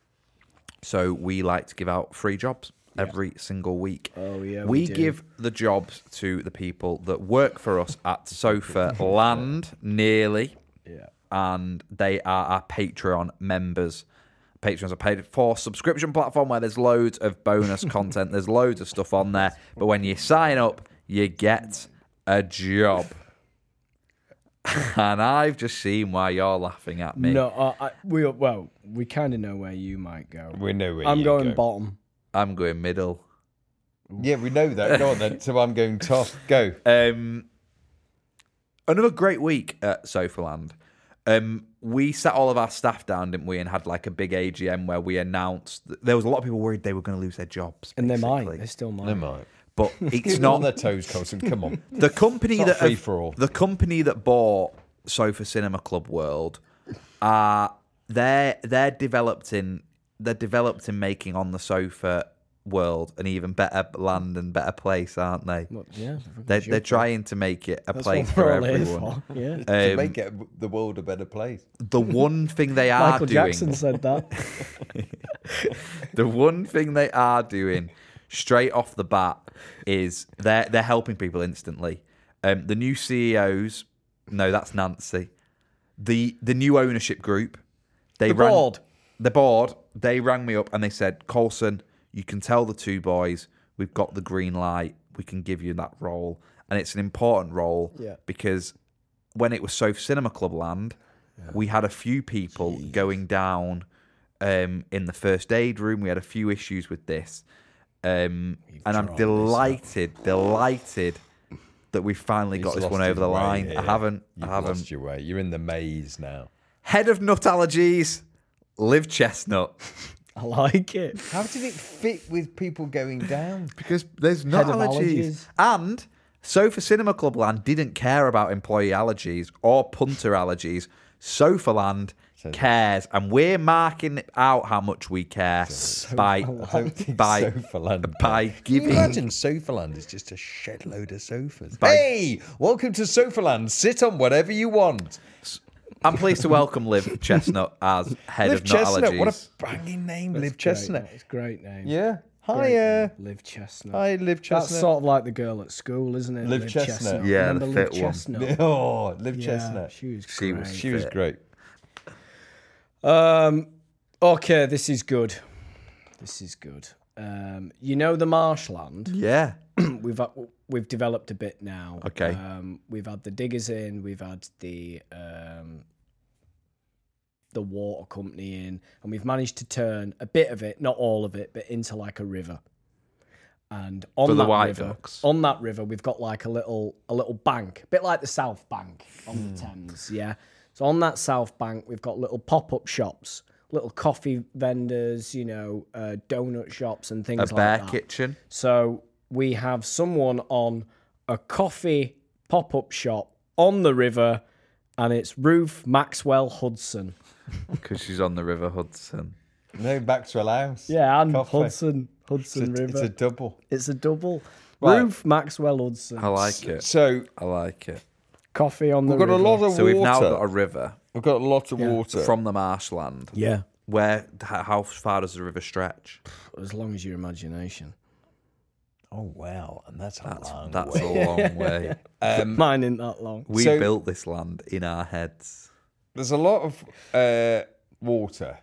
Speaker 1: So we like to give out free jobs every single week.
Speaker 4: Oh, yeah,
Speaker 1: We,
Speaker 4: we do.
Speaker 1: give the jobs to the people that work for us at Sofa Land nearly.
Speaker 4: Yeah.
Speaker 1: and they are our Patreon members. Patrons are paid for subscription platform where there's loads of bonus content. There's loads of stuff on there, but when you sign up, you get a job. and I've just seen why you're laughing at me.
Speaker 4: No, uh, I, we well, we kind of know where you might go.
Speaker 3: We know where
Speaker 4: I'm
Speaker 3: you
Speaker 4: going
Speaker 3: go.
Speaker 4: bottom.
Speaker 1: I'm going middle.
Speaker 3: Yeah, we know that. Go on then. So I'm going top. Go.
Speaker 1: Um, another great week at Sofaland. Um, we sat all of our staff down, didn't we, and had like a big AGM where we announced there was a lot of people worried they were going to lose their jobs,
Speaker 4: And they might.
Speaker 1: basically.
Speaker 4: They still might.
Speaker 3: They might.
Speaker 1: but it's
Speaker 3: Keep them on
Speaker 1: not
Speaker 3: their toes, Colson. Come on.
Speaker 1: the company
Speaker 3: It's not
Speaker 1: that have-
Speaker 3: free-for-all.
Speaker 1: the company that bought Sofa Cinema Club World are they're they're developed in they're developed in making on the sofa world an even better land and better place, aren't they?
Speaker 4: Yeah.
Speaker 1: They're, they're trying to make it a
Speaker 4: That's
Speaker 1: place
Speaker 4: what
Speaker 1: for
Speaker 4: we're all here
Speaker 1: everyone. Um,
Speaker 4: for. Yeah.
Speaker 3: to make it the world a better place.
Speaker 1: The one thing they are
Speaker 4: Michael
Speaker 1: doing
Speaker 4: Jackson said that.
Speaker 1: the one thing they are doing straight off the bat is they're they're helping people instantly. Um, the new CEOs, no, that's Nancy. The the new ownership group, they
Speaker 4: The
Speaker 1: rang,
Speaker 4: board.
Speaker 1: The board. They rang me up and they said, Colson, you can tell the two boys we've got the green light. we can give you that role, and it's an important role
Speaker 4: Yeah.
Speaker 1: because when it was Sofa Cinema Club land, we had a few people going down um, in the first aid room. We had a few issues with this, um, and I'm delighted, delighted that we finally got this
Speaker 3: He's
Speaker 1: one
Speaker 3: lost
Speaker 1: over
Speaker 3: his
Speaker 1: the
Speaker 3: way
Speaker 1: line.
Speaker 3: here.
Speaker 1: I haven't,
Speaker 3: You've
Speaker 1: I haven't.
Speaker 3: lost your way. You're in the maze now.
Speaker 1: Head of nut allergies, live chestnut.
Speaker 4: I like it.
Speaker 3: How did it fit with people going down?
Speaker 1: Because there's not
Speaker 4: Head of
Speaker 1: allergies. And Sofa Cinema Club Land didn't care about employee allergies or punter allergies. Sofa Land cares. And we're marking out how much we care by, by,
Speaker 3: Sofaland.
Speaker 1: by
Speaker 3: Can you
Speaker 1: giving.
Speaker 3: imagine Sofaland is just a shed load of sofas? Hey, welcome to Sofaland. Sit on whatever you want.
Speaker 1: I'm pleased to welcome Liv Chestnut as head
Speaker 3: Liv
Speaker 1: of nut
Speaker 3: Chestnut.
Speaker 1: allergies.
Speaker 3: What a banging name, Liv Chestnut.
Speaker 4: It's a great name.
Speaker 3: Yeah.
Speaker 4: Great
Speaker 3: Hiya.
Speaker 4: name. Liv Chestnut.
Speaker 3: Hi, Liv Chestnut.
Speaker 4: That's sort of like the girl at school, isn't it?
Speaker 3: Liv Chestnut.
Speaker 1: Yeah, the
Speaker 4: Remember Liv
Speaker 1: fit one.
Speaker 4: Chestnut?
Speaker 3: Oh, Liv
Speaker 4: Yeah,
Speaker 3: Chestnut.
Speaker 4: She was.
Speaker 1: She was-
Speaker 4: great.
Speaker 3: She was great.
Speaker 4: Um, okay, this is good. This is good. Um, you know the marshland.
Speaker 1: yeah.
Speaker 4: We've uh, we've developed a bit now.
Speaker 1: Okay.
Speaker 4: Um, we've had the diggers in. We've had the um, the water company in, and we've managed to turn a bit of it, not all of it, but into like a river. And on
Speaker 1: For the
Speaker 4: that
Speaker 1: white
Speaker 4: river,
Speaker 1: ducks.
Speaker 4: on that river, we've got like a little a little bank, a bit like the South Bank on the
Speaker 3: Hmm.
Speaker 4: Thames, yeah. So on that South Bank, we've got little pop up shops, little coffee vendors, you know, uh, donut shops and things
Speaker 1: A
Speaker 4: like
Speaker 1: bear
Speaker 4: that.
Speaker 1: kitchen.
Speaker 4: So we have someone on a coffee pop up shop on the river, and it's Ruth Maxwell Hudson.
Speaker 1: Because she's on the River Hudson.
Speaker 3: No, Maxwell House.
Speaker 4: Yeah, and
Speaker 3: Coffee.
Speaker 4: Hudson
Speaker 3: It's
Speaker 4: Hudson
Speaker 3: a,
Speaker 4: River.
Speaker 3: it's a double.
Speaker 4: double.
Speaker 3: Right.
Speaker 4: Ruth Maxwell Hudson.
Speaker 1: I like it.
Speaker 3: So
Speaker 1: I like it.
Speaker 4: Coffee on the
Speaker 3: we've got a
Speaker 4: river.
Speaker 3: lot of
Speaker 1: So
Speaker 3: water.
Speaker 1: we've now got a river
Speaker 3: We've got a lot of water.
Speaker 1: from the marshland.
Speaker 4: Yeah,
Speaker 1: Where? How how far does the river stretch?
Speaker 4: as long as your imagination.
Speaker 3: oh wow, and that's a
Speaker 1: That's
Speaker 3: long
Speaker 1: that's
Speaker 3: way.
Speaker 1: a long way.
Speaker 3: Um,
Speaker 4: Mine ain't that long.
Speaker 1: We
Speaker 3: So-
Speaker 1: built this land in our heads.
Speaker 3: There's a lot of uh, water,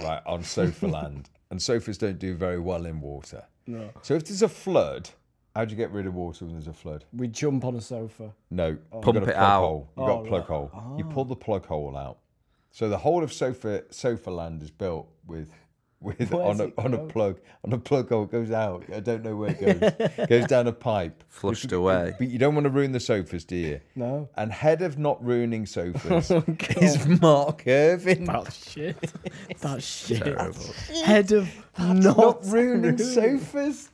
Speaker 3: right, on sofa land, and sofas don't do very well in water. No. So if there's a flood, how do you get rid of water when there's a flood?
Speaker 4: We jump on a sofa.
Speaker 3: No, pump
Speaker 1: Pump it out.
Speaker 3: Hole. You got a plug hole. You pull the plug hole out. So the whole of sofa sofa land is built with with on a on a plug on a plug hole It goes out. I don't know where it goes. goes down a pipe.
Speaker 1: Flushed away.
Speaker 3: But you don't want to ruin the sofas, do you?
Speaker 4: No.
Speaker 3: And head of not ruining sofas is Mark Irvin.
Speaker 4: That's shit. That's shit. Head of not,
Speaker 3: Not ruining sofas.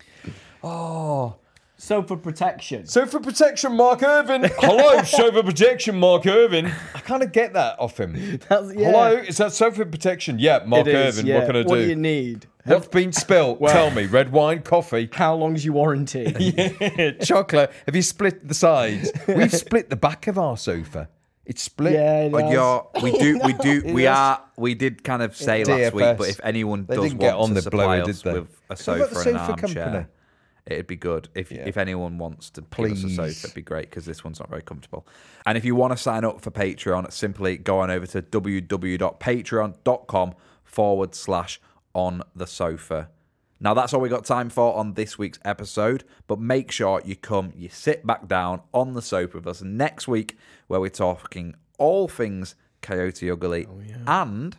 Speaker 4: sofa protection.
Speaker 3: Sofa protection, Mark Irvin. Hello, sofa protection, Mark Irvin. I kind of get that off him.
Speaker 4: That's- yeah.
Speaker 3: Hello, is that sofa protection? Yeah, Mark
Speaker 4: It is,
Speaker 3: Irvin.
Speaker 4: yeah.
Speaker 3: What can I do?
Speaker 4: What do you need?
Speaker 3: What's been spilt? Tell me. Red wine, coffee,
Speaker 4: How long's your warranty?
Speaker 3: chocolate. Have you split the sides? We've split the back of our sofa. It's split.
Speaker 4: Yeah, it
Speaker 1: But
Speaker 4: has.
Speaker 1: you're, we do, we do, we
Speaker 3: Yes.
Speaker 1: are, we did kind of say last week. But
Speaker 3: DFS.
Speaker 1: if anyone
Speaker 3: They
Speaker 1: does
Speaker 3: didn't
Speaker 1: want
Speaker 3: get on
Speaker 1: to
Speaker 3: the
Speaker 1: supply
Speaker 3: blower, did
Speaker 1: us
Speaker 3: they?
Speaker 1: with a
Speaker 3: What
Speaker 1: sofa,
Speaker 3: about the
Speaker 1: and an
Speaker 3: sofa
Speaker 1: armchair,
Speaker 3: company?
Speaker 1: it'd be good if if anyone wants to give us a
Speaker 3: Please.
Speaker 1: sofa, it'd be great because this one's not very comfortable. And if you want to sign up for Patreon, simply go on over to www.patreon.com forward slash on the sofa. Now that's all we got time for on this week's episode, but make sure you come, you sit back down on the sofa with us next week, where we're talking all things Coyote Ugly and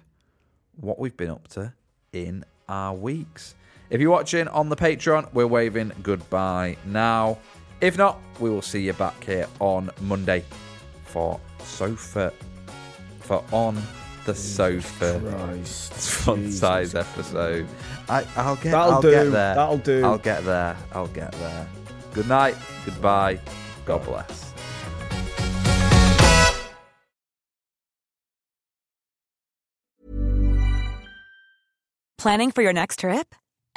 Speaker 1: what we've been up to in our weeks. If you're watching on the Patreon, we're waving goodbye now. If not, we will see you back here on Monday for sofa for on the sofa fun size episode. I, I'll get
Speaker 4: That'll
Speaker 1: I'll
Speaker 4: do,
Speaker 1: get there.
Speaker 4: that'll do.
Speaker 1: I'll get there. I'll get there. Good night. Goodbye. God bless.
Speaker 7: Planning for your next trip?